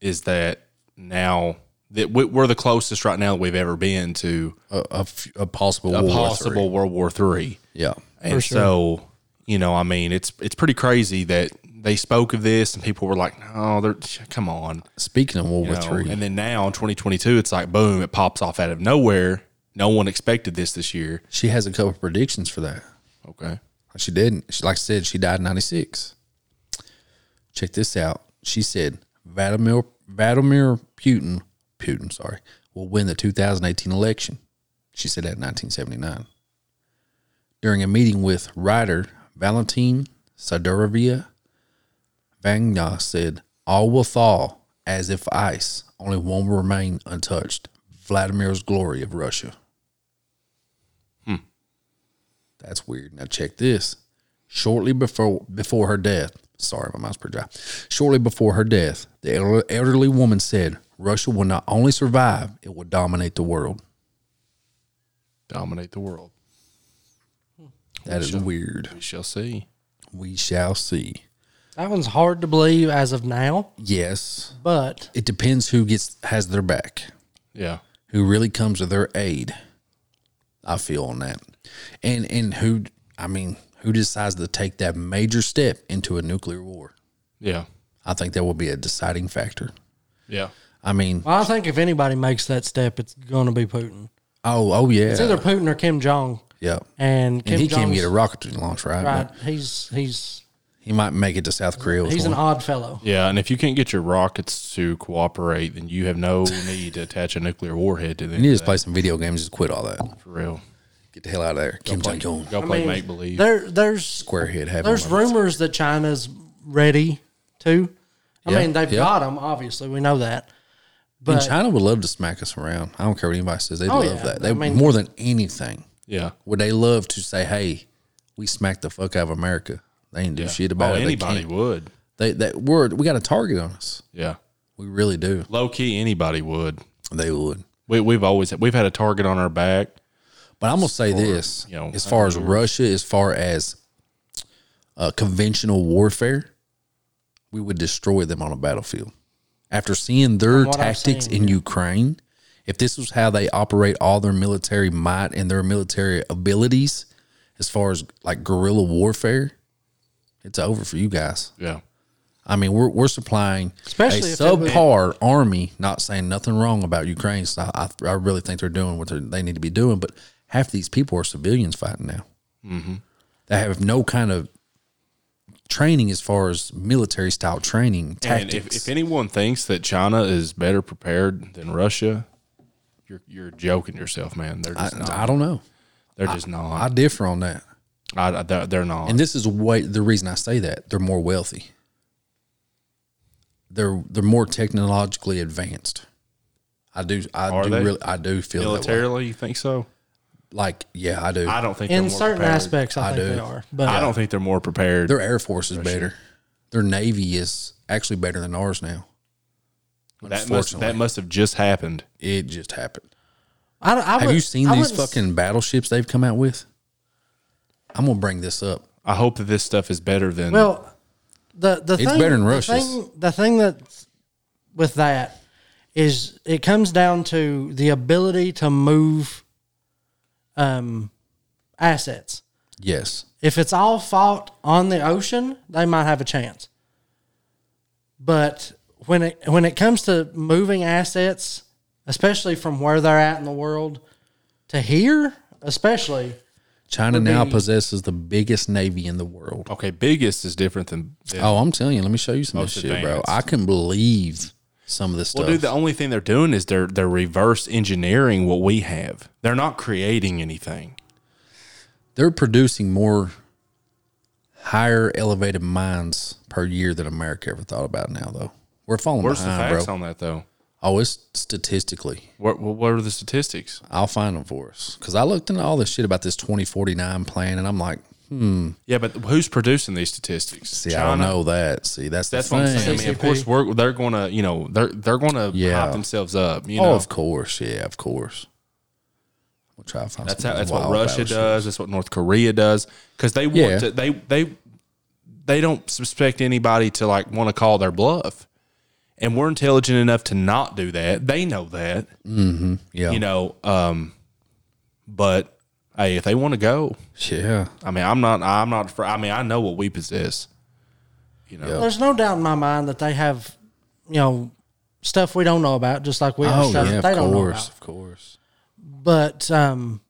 is that now that we- we're the closest right now that we've ever been to A, a f- a possible a World War possible Three. World War Three. Yeah. And so, you know, I mean, it's it's pretty crazy that they spoke of this and people were like, "Oh, they're come on." Speaking of World you War know? Three, And then now in 2022, it's like boom, it pops off out of nowhere. No one expected this this year. she has a couple of predictions for that. Okay. She didn't. She, like I said, she died in 96. Check this out. She said Vladimir, Vladimir Putin, Putin, sorry, will win the 2018 election. She said that in 1979. During a meeting with writer Valentin Sadorovia, Vagna said, All will thaw as if ice, only one will remain untouched Vladimir's glory of Russia. That's weird. Now check this. Shortly before before her death, sorry, my mouth's pretty dry. Shortly before her death, the elder- elderly woman said, "Russia will not only survive; it will dominate the world." Dominate the world. That is weird. We shall see. We shall see. That one's hard to believe as of now, Yes, but it depends who gets has their back, Yeah. who really comes to their aid. I feel on that, and and who I mean, who decides to take that major step into a nuclear war? Yeah. I think that will be a deciding factor. Yeah. I mean, well, I think if anybody makes that step, it's going to be Putin. oh, oh yeah, It's either Putin or Kim Jong. Yeah. And Kim and he Jong can't get a rocket to launch, right? right. But He's he's He might make it to South Korea. With he's an one. odd fellow. Yeah. And if you can't get your rockets to cooperate, then you have no need to attach a nuclear warhead to them. You need to play some video games. Just quit all that. for real. Get the hell out of there. Kim Jong Un, Go play make believe. There there's square head. having There's moments. rumors that China's ready too. I Yeah, mean, they've 'em, yeah. got them. Obviously, we know that. And But China would love to smack us around. I don't care what anybody says. They Oh, love yeah. that. They I mean- more than anything Yeah. would they love to say, "Hey, we smacked the fuck out of America. They ain't do shit about Oh, it. They anybody can't- would. They that word we got a target on us. Yeah. We really do. Low key, anybody would. They would. We, we've always we've had a target on our back. But I'm gonna say this: you know, as far as Russia, as far as uh, conventional warfare, we would destroy them on a battlefield. After seeing their what I've tactics seen, in Ukraine, if this was how they operate all their military might and their military abilities, as far as like guerrilla warfare, it's over for you guys. Yeah. I mean, we're we're supplying Especially a if it was- subpar army. Not saying nothing wrong about Ukraine. So I I really think they're doing what they're, they need to be doing. But half these people are civilians fighting now. Mm-hmm. They have no kind of training as far as military style training And tactics. if, if anyone thinks that China is better prepared than Russia, you're you're joking yourself, man. They're just not. I, I don't know. they're just I not. differ on that. I, I- they're, they're not. And this is why the reason I say that they're more wealthy. They're they're more technologically advanced. I do I Are do they? really I do feel that way. Militarily, you think so? like yeah I do I don't think in they're more certain prepared. aspects, I, I think do. they are. But I don't think they're more prepared. Their Air Force is better. Their Navy is actually better than ours now. that must that unfortunately. must have just happened. It just happened. I, don't- I Have would- you seen I these wouldn't s- fucking battleships they've come out with? I'm gonna bring this up. I hope that this stuff is better than Well, the the thing, better than the Russia's. thing, the thing that with that is it comes down to the ability to move um, assets. Yes, If it's all fought on the ocean, they might have a chance. But when it when it comes to moving assets, especially from where they're at in the world to here, especially China now possesses the biggest navy in the world. okay. Biggest is different than. than- Oh, I'm telling you, let me show you some of this Most shit, bro. advanced. I can believe some of this well, stuff. dude, the only thing they're doing is they're they're reverse engineering what we have. They're not creating anything. They're producing more higher elevated mines per year than America ever thought about. Now, though, we're falling Where's the behind, facts bro. on that though? Oh, it's statistically. What what what are the statistics? I'll find them for us. Because I looked into all this shit about this 2049 plan, and I'm like, Yeah, but who's producing these statistics? see, I don't know that. See, that's, That's the what I'm thing. saying. I mean, of CCP. course, we're, they're going to you know they're they're going to Yeah. pop themselves up. You oh, know, of course. Yeah, of course. We'll try to find That's some how, of that's these what wild Russia battleships. does. That's what North Korea does because they want Yeah. to they they they don't suspect anybody to like want to call their bluff, and we're intelligent enough to not do that. They know that, Yeah. you know. Um, but hey, if they want to go, yeah. I mean, I'm not I'm not. fr- I mean, I know what we possess. You know, there's no doubt in my mind that they have, you know, stuff we don't know about, just like we have Oh, stuff yeah, that they of don't know course. about. Of course. But um,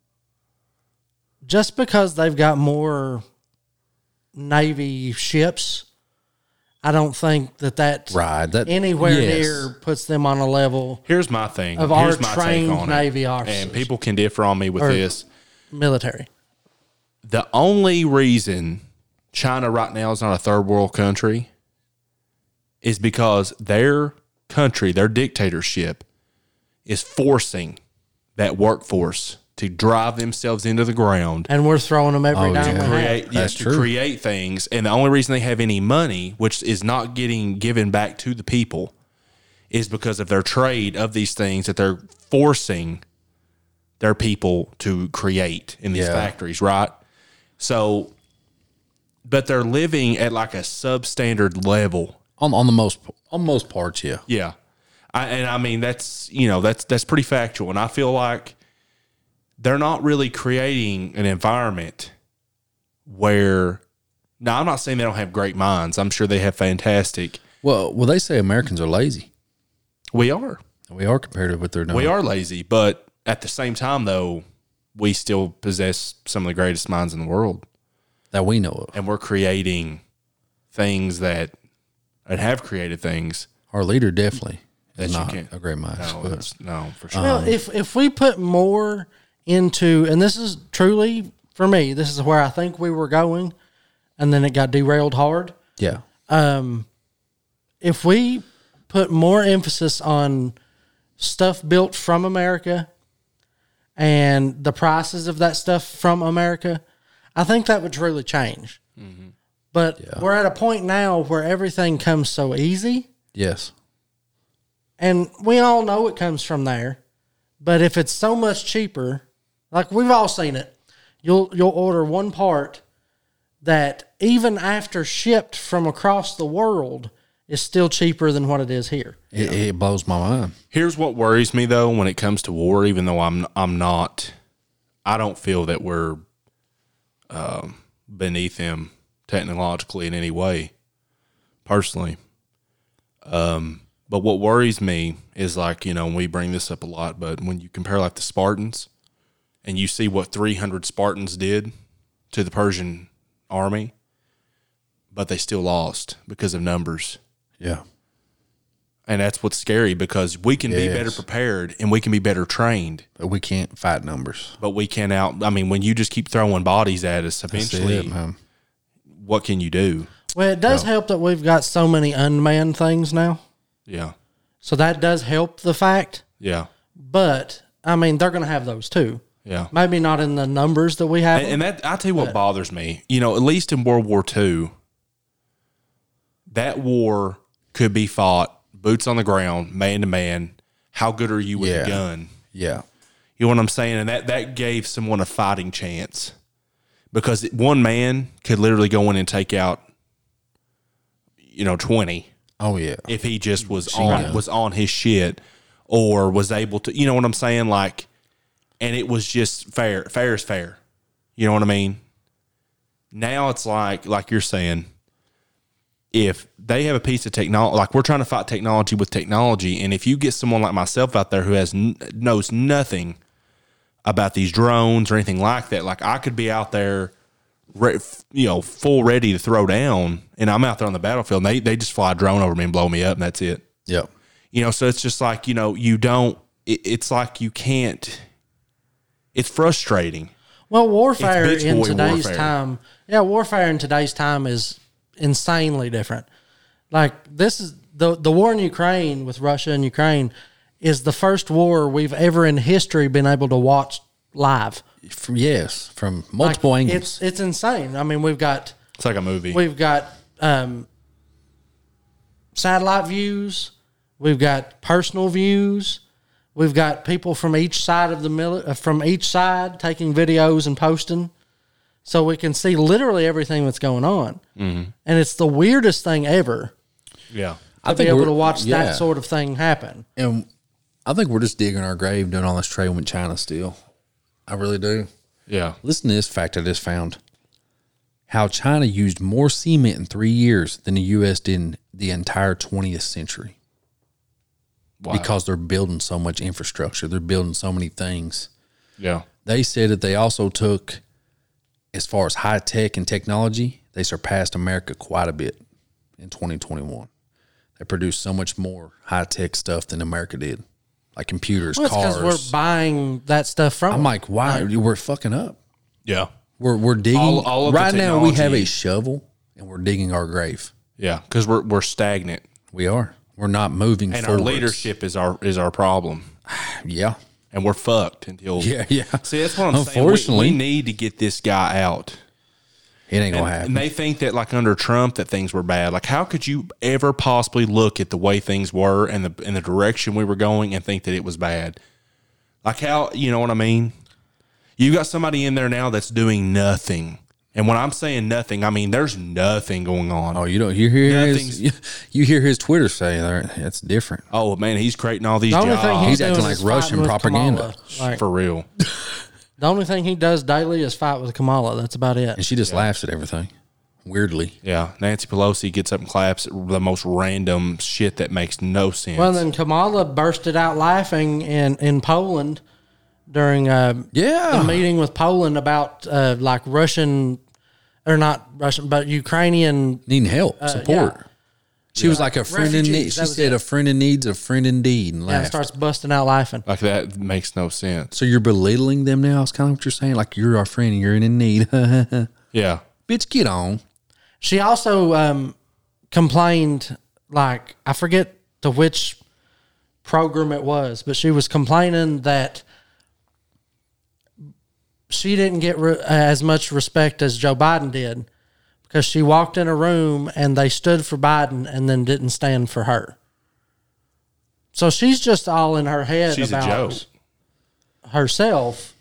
just because they've got more Navy ships, I don't think that that Right. That, anywhere yes. near puts them on a level here's my thing. Of here's our my trained take on it. Navy officers. and people can differ on me with Or- this. military. the only reason China right now is not a third world country is because their country, their dictatorship, is forcing that workforce to drive themselves into the ground, And we're throwing them every Oh, dime yeah. we have. create yes, That's to true. create things, and the only reason they have any money, which is not getting given back to the people, is because of their trade of these things that they're forcing their people to create in these Yeah. factories, right? So, but they're living at like a substandard level. On, on the most on most parts, yeah. Yeah. I, and I mean, that's, you know, that's, that's pretty factual. And I feel like they're not really creating an environment where, now I'm not saying they don't have great minds. I'm sure they have fantastic. Well, well, they say Americans are lazy. We are, We are comparative with their number. we are lazy, but at the same time, though, we still possess some of the greatest minds in the world. that we know of. and we're creating things that and have created things. Our leader definitely That is you not can't- a great mind. Uh-huh. No, but- it's- no, for sure. Well, if if we put more into, and this is truly for me, this is where I think we were going, and then it got derailed hard. yeah. Um, If we put more emphasis on stuff built from America and the prices of that stuff from America, I think that would truly change. But we're at a point now where everything comes so easy. Yes. and we all know it comes from there. But if it's so much cheaper Like we've all seen it. You'll you'll order one part that even after shipped from across the world is still cheaper than what it is here. It, it blows my mind. Here's what worries me though when it comes to war, even though I'm I'm not I don't feel that we're um, beneath them technologically in any way, personally. Um, but what worries me is like, you know, and we bring this up a lot, but when you compare like the Spartans and you see what 300 Spartans did to the Persian army, but they still lost because of numbers. Yeah. And that's what's scary because we can be better Yes. prepared and we can be better trained, But we can't fight numbers. but we can out. I mean, when you just keep throwing bodies at us, That's eventually, it, man. what can you do? Well, it does help that we've got so many unmanned things now. Yeah. So that does help the fact, Yeah. but I mean they're going to have those too. Yeah. Maybe not in the numbers that we have. And, and that, I tell you what bothers me, you know, at least in World War II, that war could be fought boots on the ground, man to man. How good are you with Yeah. a gun? Yeah. You know what I'm saying? And that that gave someone a fighting chance because one man could literally go in and take out, you know, twenty Oh, yeah. if he just was on was on his shit or was able to. You know what I'm saying? Like, and it was just fair. Fair is fair. You know what I mean? Now it's like like you're saying. If they have a piece of technology, like we're trying to fight technology with technology, and if you get someone like myself out there who has n- knows nothing about these drones or anything like that. Like I could be out there, re- you know, full ready to throw down, and I'm out there on the battlefield, and they they just fly a drone over me and blow me up, and that's it. Yep. You know, so it's just like you know, you don't. It, it's like you can't. It's frustrating. Well, warfare It's bitch in boy today's warfare. time, yeah, warfare in today's time is insanely different. Like this is the the war in Ukraine with Russia and Ukraine is the first war we've ever in history been able to watch live. F- yes. From Like, multiple angles. It's it's insane. I mean, we've got It's like a movie. we've got um, satellite views, we've got personal views, we've got people from each side of the mili- uh, from each side taking videos and posting, so we can see literally everything that's going on, Mm-hmm. and it's the weirdest thing ever yeah. to be think able we're- to watch yeah. that sort of thing happen. And I think we're just digging our grave doing all this trade with China still. I really do. Yeah. Listen to this fact I just found. How China used more cement in three years than the U.S. did in the entire 20th century. Because they're building so much infrastructure, they're building so many things. Yeah. They said that they also took, as far as high tech and technology, they surpassed America quite a bit in 2021. They produced so much more high tech stuff than America did, like computers, Well, it's cars. because we're buying that stuff from. I'm them. like, why? We're fucking up. Yeah. We're we're digging All- all of the right now. We have technology. a shovel and we're digging our grave. Yeah. Because we're we're stagnant, We are. We're not moving and forward. our leadership is our is our problem, Yeah, and we're fucked until yeah, yeah. See, that's what I'm saying. Unfortunately, We- we need to get this guy out. it ain't gonna and, happen. and they think that like under Trump that things were bad. Like how could you ever possibly look at the way things were and the and the direction we were going and think that it was bad? Like how you know what I mean? You got somebody in there now that's doing nothing. And when I'm saying nothing, I mean there's nothing going on. oh, you don't. You hear his. Nothing's- You hear his Twitter say that that's different. Oh man, he's creating all these the only jobs thing he's, He's acting doing like is fighting Russian with propaganda. Kamala. Like, for real. the only thing he does daily is fight with Kamala. That's about it. And she just laughs at everything. Weirdly, Yeah, Nancy Pelosi gets up and claps at the most random shit that makes no sense. Well, then Kamala bursted out laughing in, in Poland during a, yeah. a meeting with Poland about uh, like Russian, or not Russian, but Ukrainian. Needing help, support. Uh, yeah. She was like a friend in need. Refugees, She that was said, it. "A friend in need's a friend indeed." And And laughed. uh, starts busting out laughing. like that makes no sense. so you're belittling them now. It's kind of what you're saying. Like you're our friend and you're in need. Yeah. Bitch, get on. She also um, complained, like, I forget to which program it was, but she was complaining that she didn't get re- uh, as much respect as Joe Biden did because she walked in a room and they stood for Biden and then didn't stand for her. So she's just all in her head She's a about joke. herself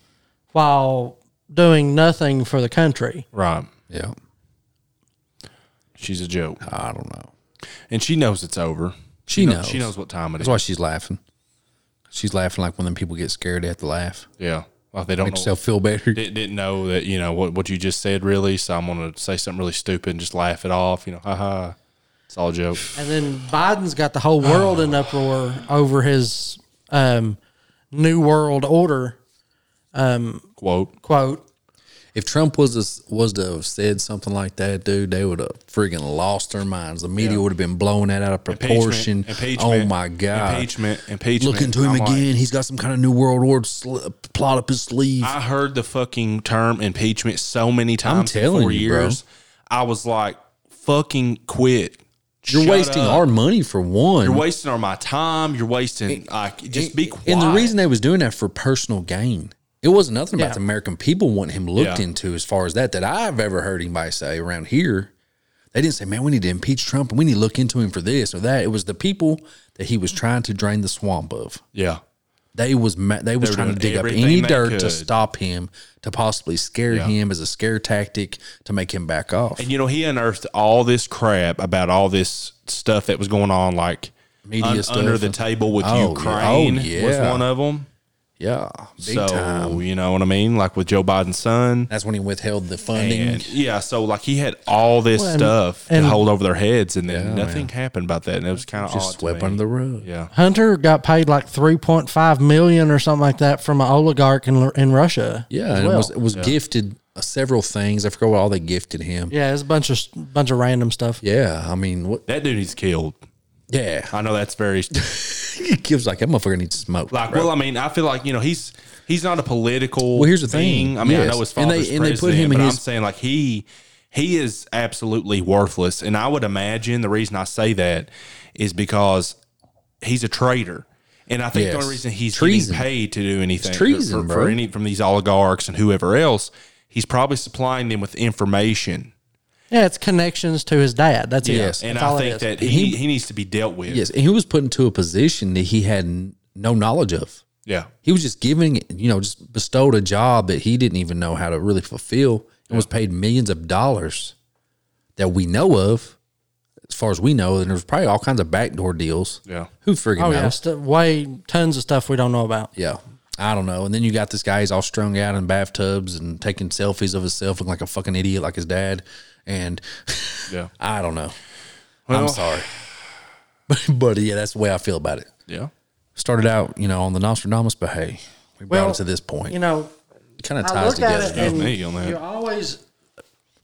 while doing nothing for the country. Right. Yeah. She's a joke. I don't know. And she knows it's over. She kno- knows. She knows what time it is. That's why she's laughing. She's laughing like when them people get scared, they have to laugh. yeah. Well, they don't Make know, yourself feel better. didn't, didn't know that, you know, what, what you just said really. So I'm going to say something really stupid and just laugh it off. You know, ha ha. It's all a joke. And then Biden's got the whole world in uproar over his um, New World Order Quote. quote. If Trump was to, was to have said something like that, dude, they would have friggin' lost their minds. The media would have been blowing that out of proportion. oh my god! Impeachment. Impeachment. Look into him I'm like, again. He's got some kind of new world order sl- plot up his sleeve. I heard the fucking term impeachment so many times in telling four you, bro. years. I was like, fucking quit. You're Shut wasting up. our money for one. You're wasting our my time. You're wasting like just be quiet. And the reason they was doing that for personal gain. It wasn't nothing Yeah. about the American people wanting him looked Yeah. into as far as that that I've ever heard anybody say around here. They didn't say, "Man, we need to impeach Trump and we need to look into him for this or that." It was the people that he was trying to drain the swamp of. yeah, They was ma- they was were trying to doing dig up everything any they dirt to could. stop him, to possibly scare Yeah. him as a scare tactic to make him back off. and you know he unearthed all this crap about all this stuff that was going on, like Media un- stuff. under the table with Oh, yeah. Ukraine Oh, was yeah. one of them. yeah, big so time. you know what I mean, like with Joe Biden's son. That's when he withheld the funding. And yeah, so like he had all this Well, and- stuff and- to hold over their heads, and then nothing happened about that, and it was kind of just swept under the rug. yeah. Hunter got paid like 3.5 million or something like that from an oligarch in, in Russia. Yeah, as and it well. was it was gifted uh, several things. I forgot what all they gifted him. Yeah, Yeah, it's a bunch of bunch of random stuff. I mean, what? That dude needs killed. Yeah, I know that's very he gives like that motherfucker needs smoke. like. bro. Well, I mean, I feel like you know he's he's not a political. Well, here's the thing. I mean, I Yes. know his And they- father's and they put president, him in but I'm his- saying like he he is absolutely worthless, and I would imagine the reason I say that is because he's a traitor. And I think the only Yes. reason he's Treason. getting paid to do anything treason, for, for bro. any from these oligarchs and whoever else, he's probably supplying them with information. Yeah, it's connections to his dad. That's it. Yes. and That's all I it think is. that he, He- he needs to be dealt with. yes, and he was put into a position that he had n- no knowledge of. Yeah. He was just giving, you know, just bestowed a job that he didn't even know how to really fulfill, and was paid millions of dollars that we know of, as far as we know. And there's probably all kinds of backdoor deals. Yeah. who friggin' Oh knows? yeah, stu way tons of stuff we don't know about. Yeah. I don't know. And then you got this guy, he's all strung out in bathtubs and taking selfies of himself, looking like a fucking idiot, like his dad. And Yeah. I don't know. I'm Well- sorry. But, but yeah, that's the way I feel about it. Yeah. Started out, you know, on the Nostradamus, but hey, we brought Well, it to this point. You know, it kind of I ties look at together. it and me on that. you always,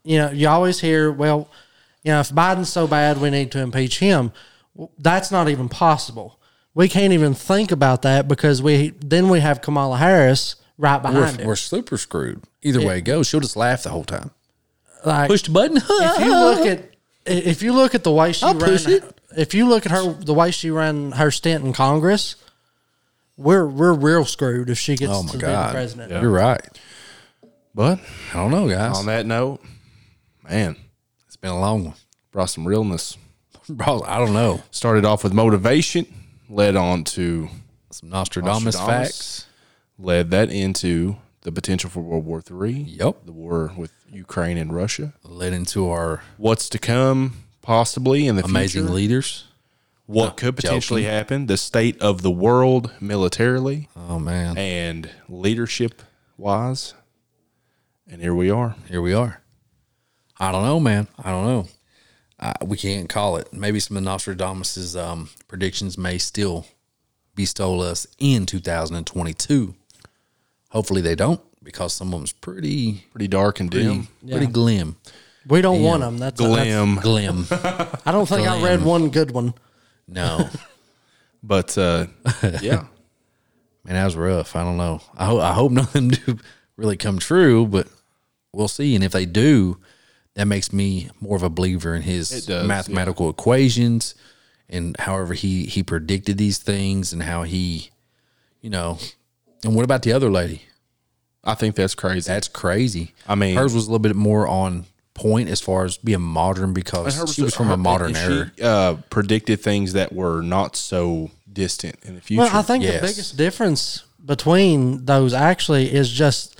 you know, you always hear, well, you know, if Biden's so bad, we need to impeach him. Well, that's not even possible. We can't even think about that because we then we have Kamala Harris right behind We're, him. we're super screwed. Either way it goes, she'll just laugh the whole time. Like, Push the button. if you look at if you look at the way she I'll ran, push it. if you look at her the way she ran her stint in Congress, we're we're real screwed if she gets oh to my be the God. president. You're right. But I don't know, guys. on that note, man, it's been a long one. brought some realness. Bro, I don't know. Started off with motivation, led on to Some Nostradamus, Nostradamus. facts. led that into the potential for World War Three. Yep. The war with Ukraine and Russia. Led into our What's to come possibly in the amazing future? leaders. What could potentially happen? The state of the world militarily Oh man, and leadership wise. And here we are. here we are. I don't know, man. I don't know. Uh, we can't call it. Maybe some of Nostradamus's um, predictions may still bestow us in 2022. Hopefully, they don't because some of them's pretty, Pretty dark and dim. pretty glim, We don't want them. That's, that's Glim. glim. I don't think I read Glam. one good one. no, But uh, yeah. man, that was rough. I don't know. I, ho- I hope none of them do really come true, but we'll see. And if they do, that makes me more of a believer in his It does, mathematical equations and however he he predicted these things and how he, you know. And what about the other lady? I think that's crazy. That's crazy. I mean- hers was a little bit more on point as far as being modern because Her she was from her- a modern she, era. uh, predicted things that were not so distant in the future. Well, I think yes. the biggest difference between those actually is just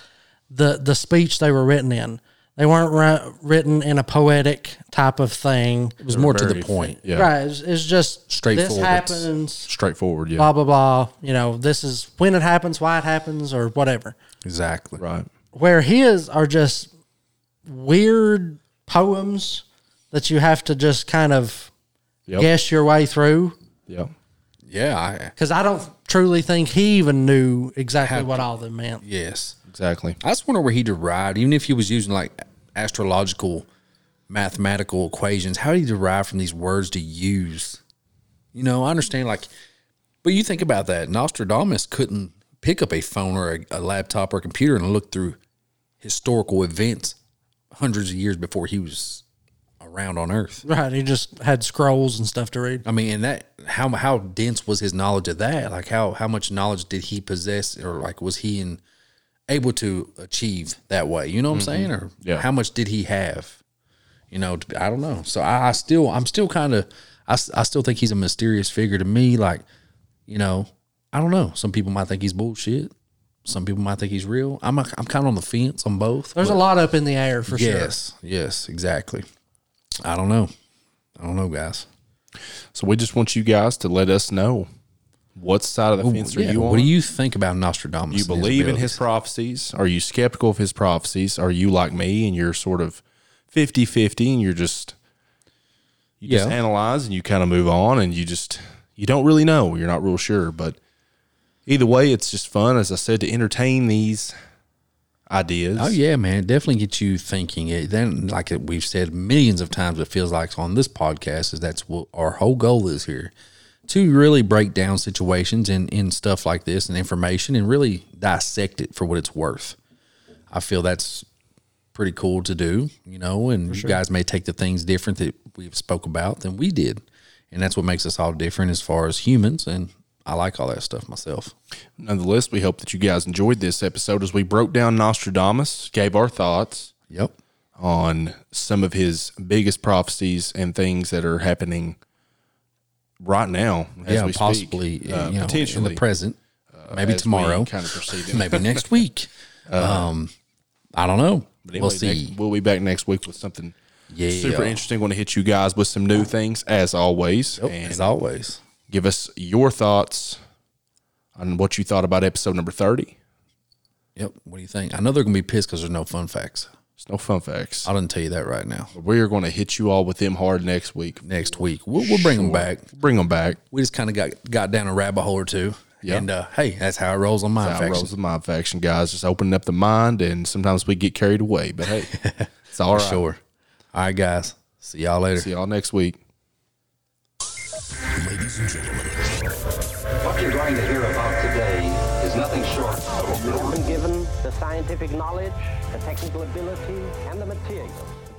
the the speech they were written in. They weren't ri- written in a poetic type of thing. It was more to the Very point. Yeah. Right. It's, it's just Straightforward. This happens. Straightforward. Yeah. Blah blah blah. You know, this is when it happens, why it happens, or whatever. Exactly. Right. Where his are just weird poems that you have to just kind of Yep. guess your way through. Yep. Yeah. I, Because I don't truly think he even knew exactly what all of them meant. yes. Exactly. I just wonder where he derived, even if he was using like astrological, mathematical equations, how did he derive from these words to use? You know, I understand, like, but you think about that. Nostradamus couldn't pick up a phone or a, a laptop or a computer and look through historical events hundreds of years before he was around on Earth. Right. He just had scrolls and stuff to read. I mean, and that how how dense was his knowledge of that? Like how how much knowledge did he possess, or like was he in, able to achieve that way? You know what Mm-hmm. I'm saying? Or Yeah. how much did he have? You know, to be- I don't know. So I, I still I'm still kind of I, s- I still think he's a mysterious figure to me. Like, you know, I don't know. Some people might think he's bullshit. Some people might think he's real. I'm a, I'm kind of on the fence on both. There's a but- lot up in the air for sure. Yes, yes, exactly. I don't know. I don't know, guys. So we just want you guys to let us know what side of the fence are Yeah, you on. What do you think about Nostradamus? Do you and believe in abilities? his prophecies? Are you skeptical of his prophecies? Are you like me and you're sort of 50 50 and you're just, you just Yeah. analyze and you kind of move on and you just, you don't really know. You're not real sure. But either way, it's just fun, as I said, to entertain these ideas. Oh yeah, man! It definitely gets you thinking. It then, like we've said millions of times, it feels like on this podcast is that's what our whole goal is here to really break down situations and and stuff like this and information and really dissect it for what it's worth. I feel that's pretty cool to do, you know. And you guys may take the things different that we've spoke about than we did, and that's what makes us all different as far as humans. And I like all that stuff myself. Nonetheless, we hope that you guys enjoyed this episode as we broke down Nostradamus, gave our thoughts Yep. on some of his biggest prophecies and things that are happening right now. As yeah, we speak. possibly Uh, you know, in potentially uh, the present, maybe as we tomorrow, kind of perceive it. maybe next week. um, I don't know. Uh, But anyway, we'll next- see. we'll be back next week with something yeah, super interesting. Want to hit you guys with some new things as always, Yep, and as always, give us your thoughts on what you thought about episode number thirty. yep. What do you think? I know they're gonna be pissed because there's no fun facts. It's no fun facts. I didn't tell you that right now. We are going to hit you all with them hard next week. Next week, we'll, we'll bring them Sure. back. Bring them back. We just kind of got got down a rabbit hole or two. Yep. And uh, hey, that's how it rolls on That's my how it rolls faction. with mind faction, guys. Just opening up the mind, and sometimes we get carried away. But hey, it's all right. Sure. All right, guys. See y'all later. See y'all next week. Ladies and gentlemen, What you're going to hear about today is nothing short of a He's been given the scientific knowledge, the technical ability, and the materials.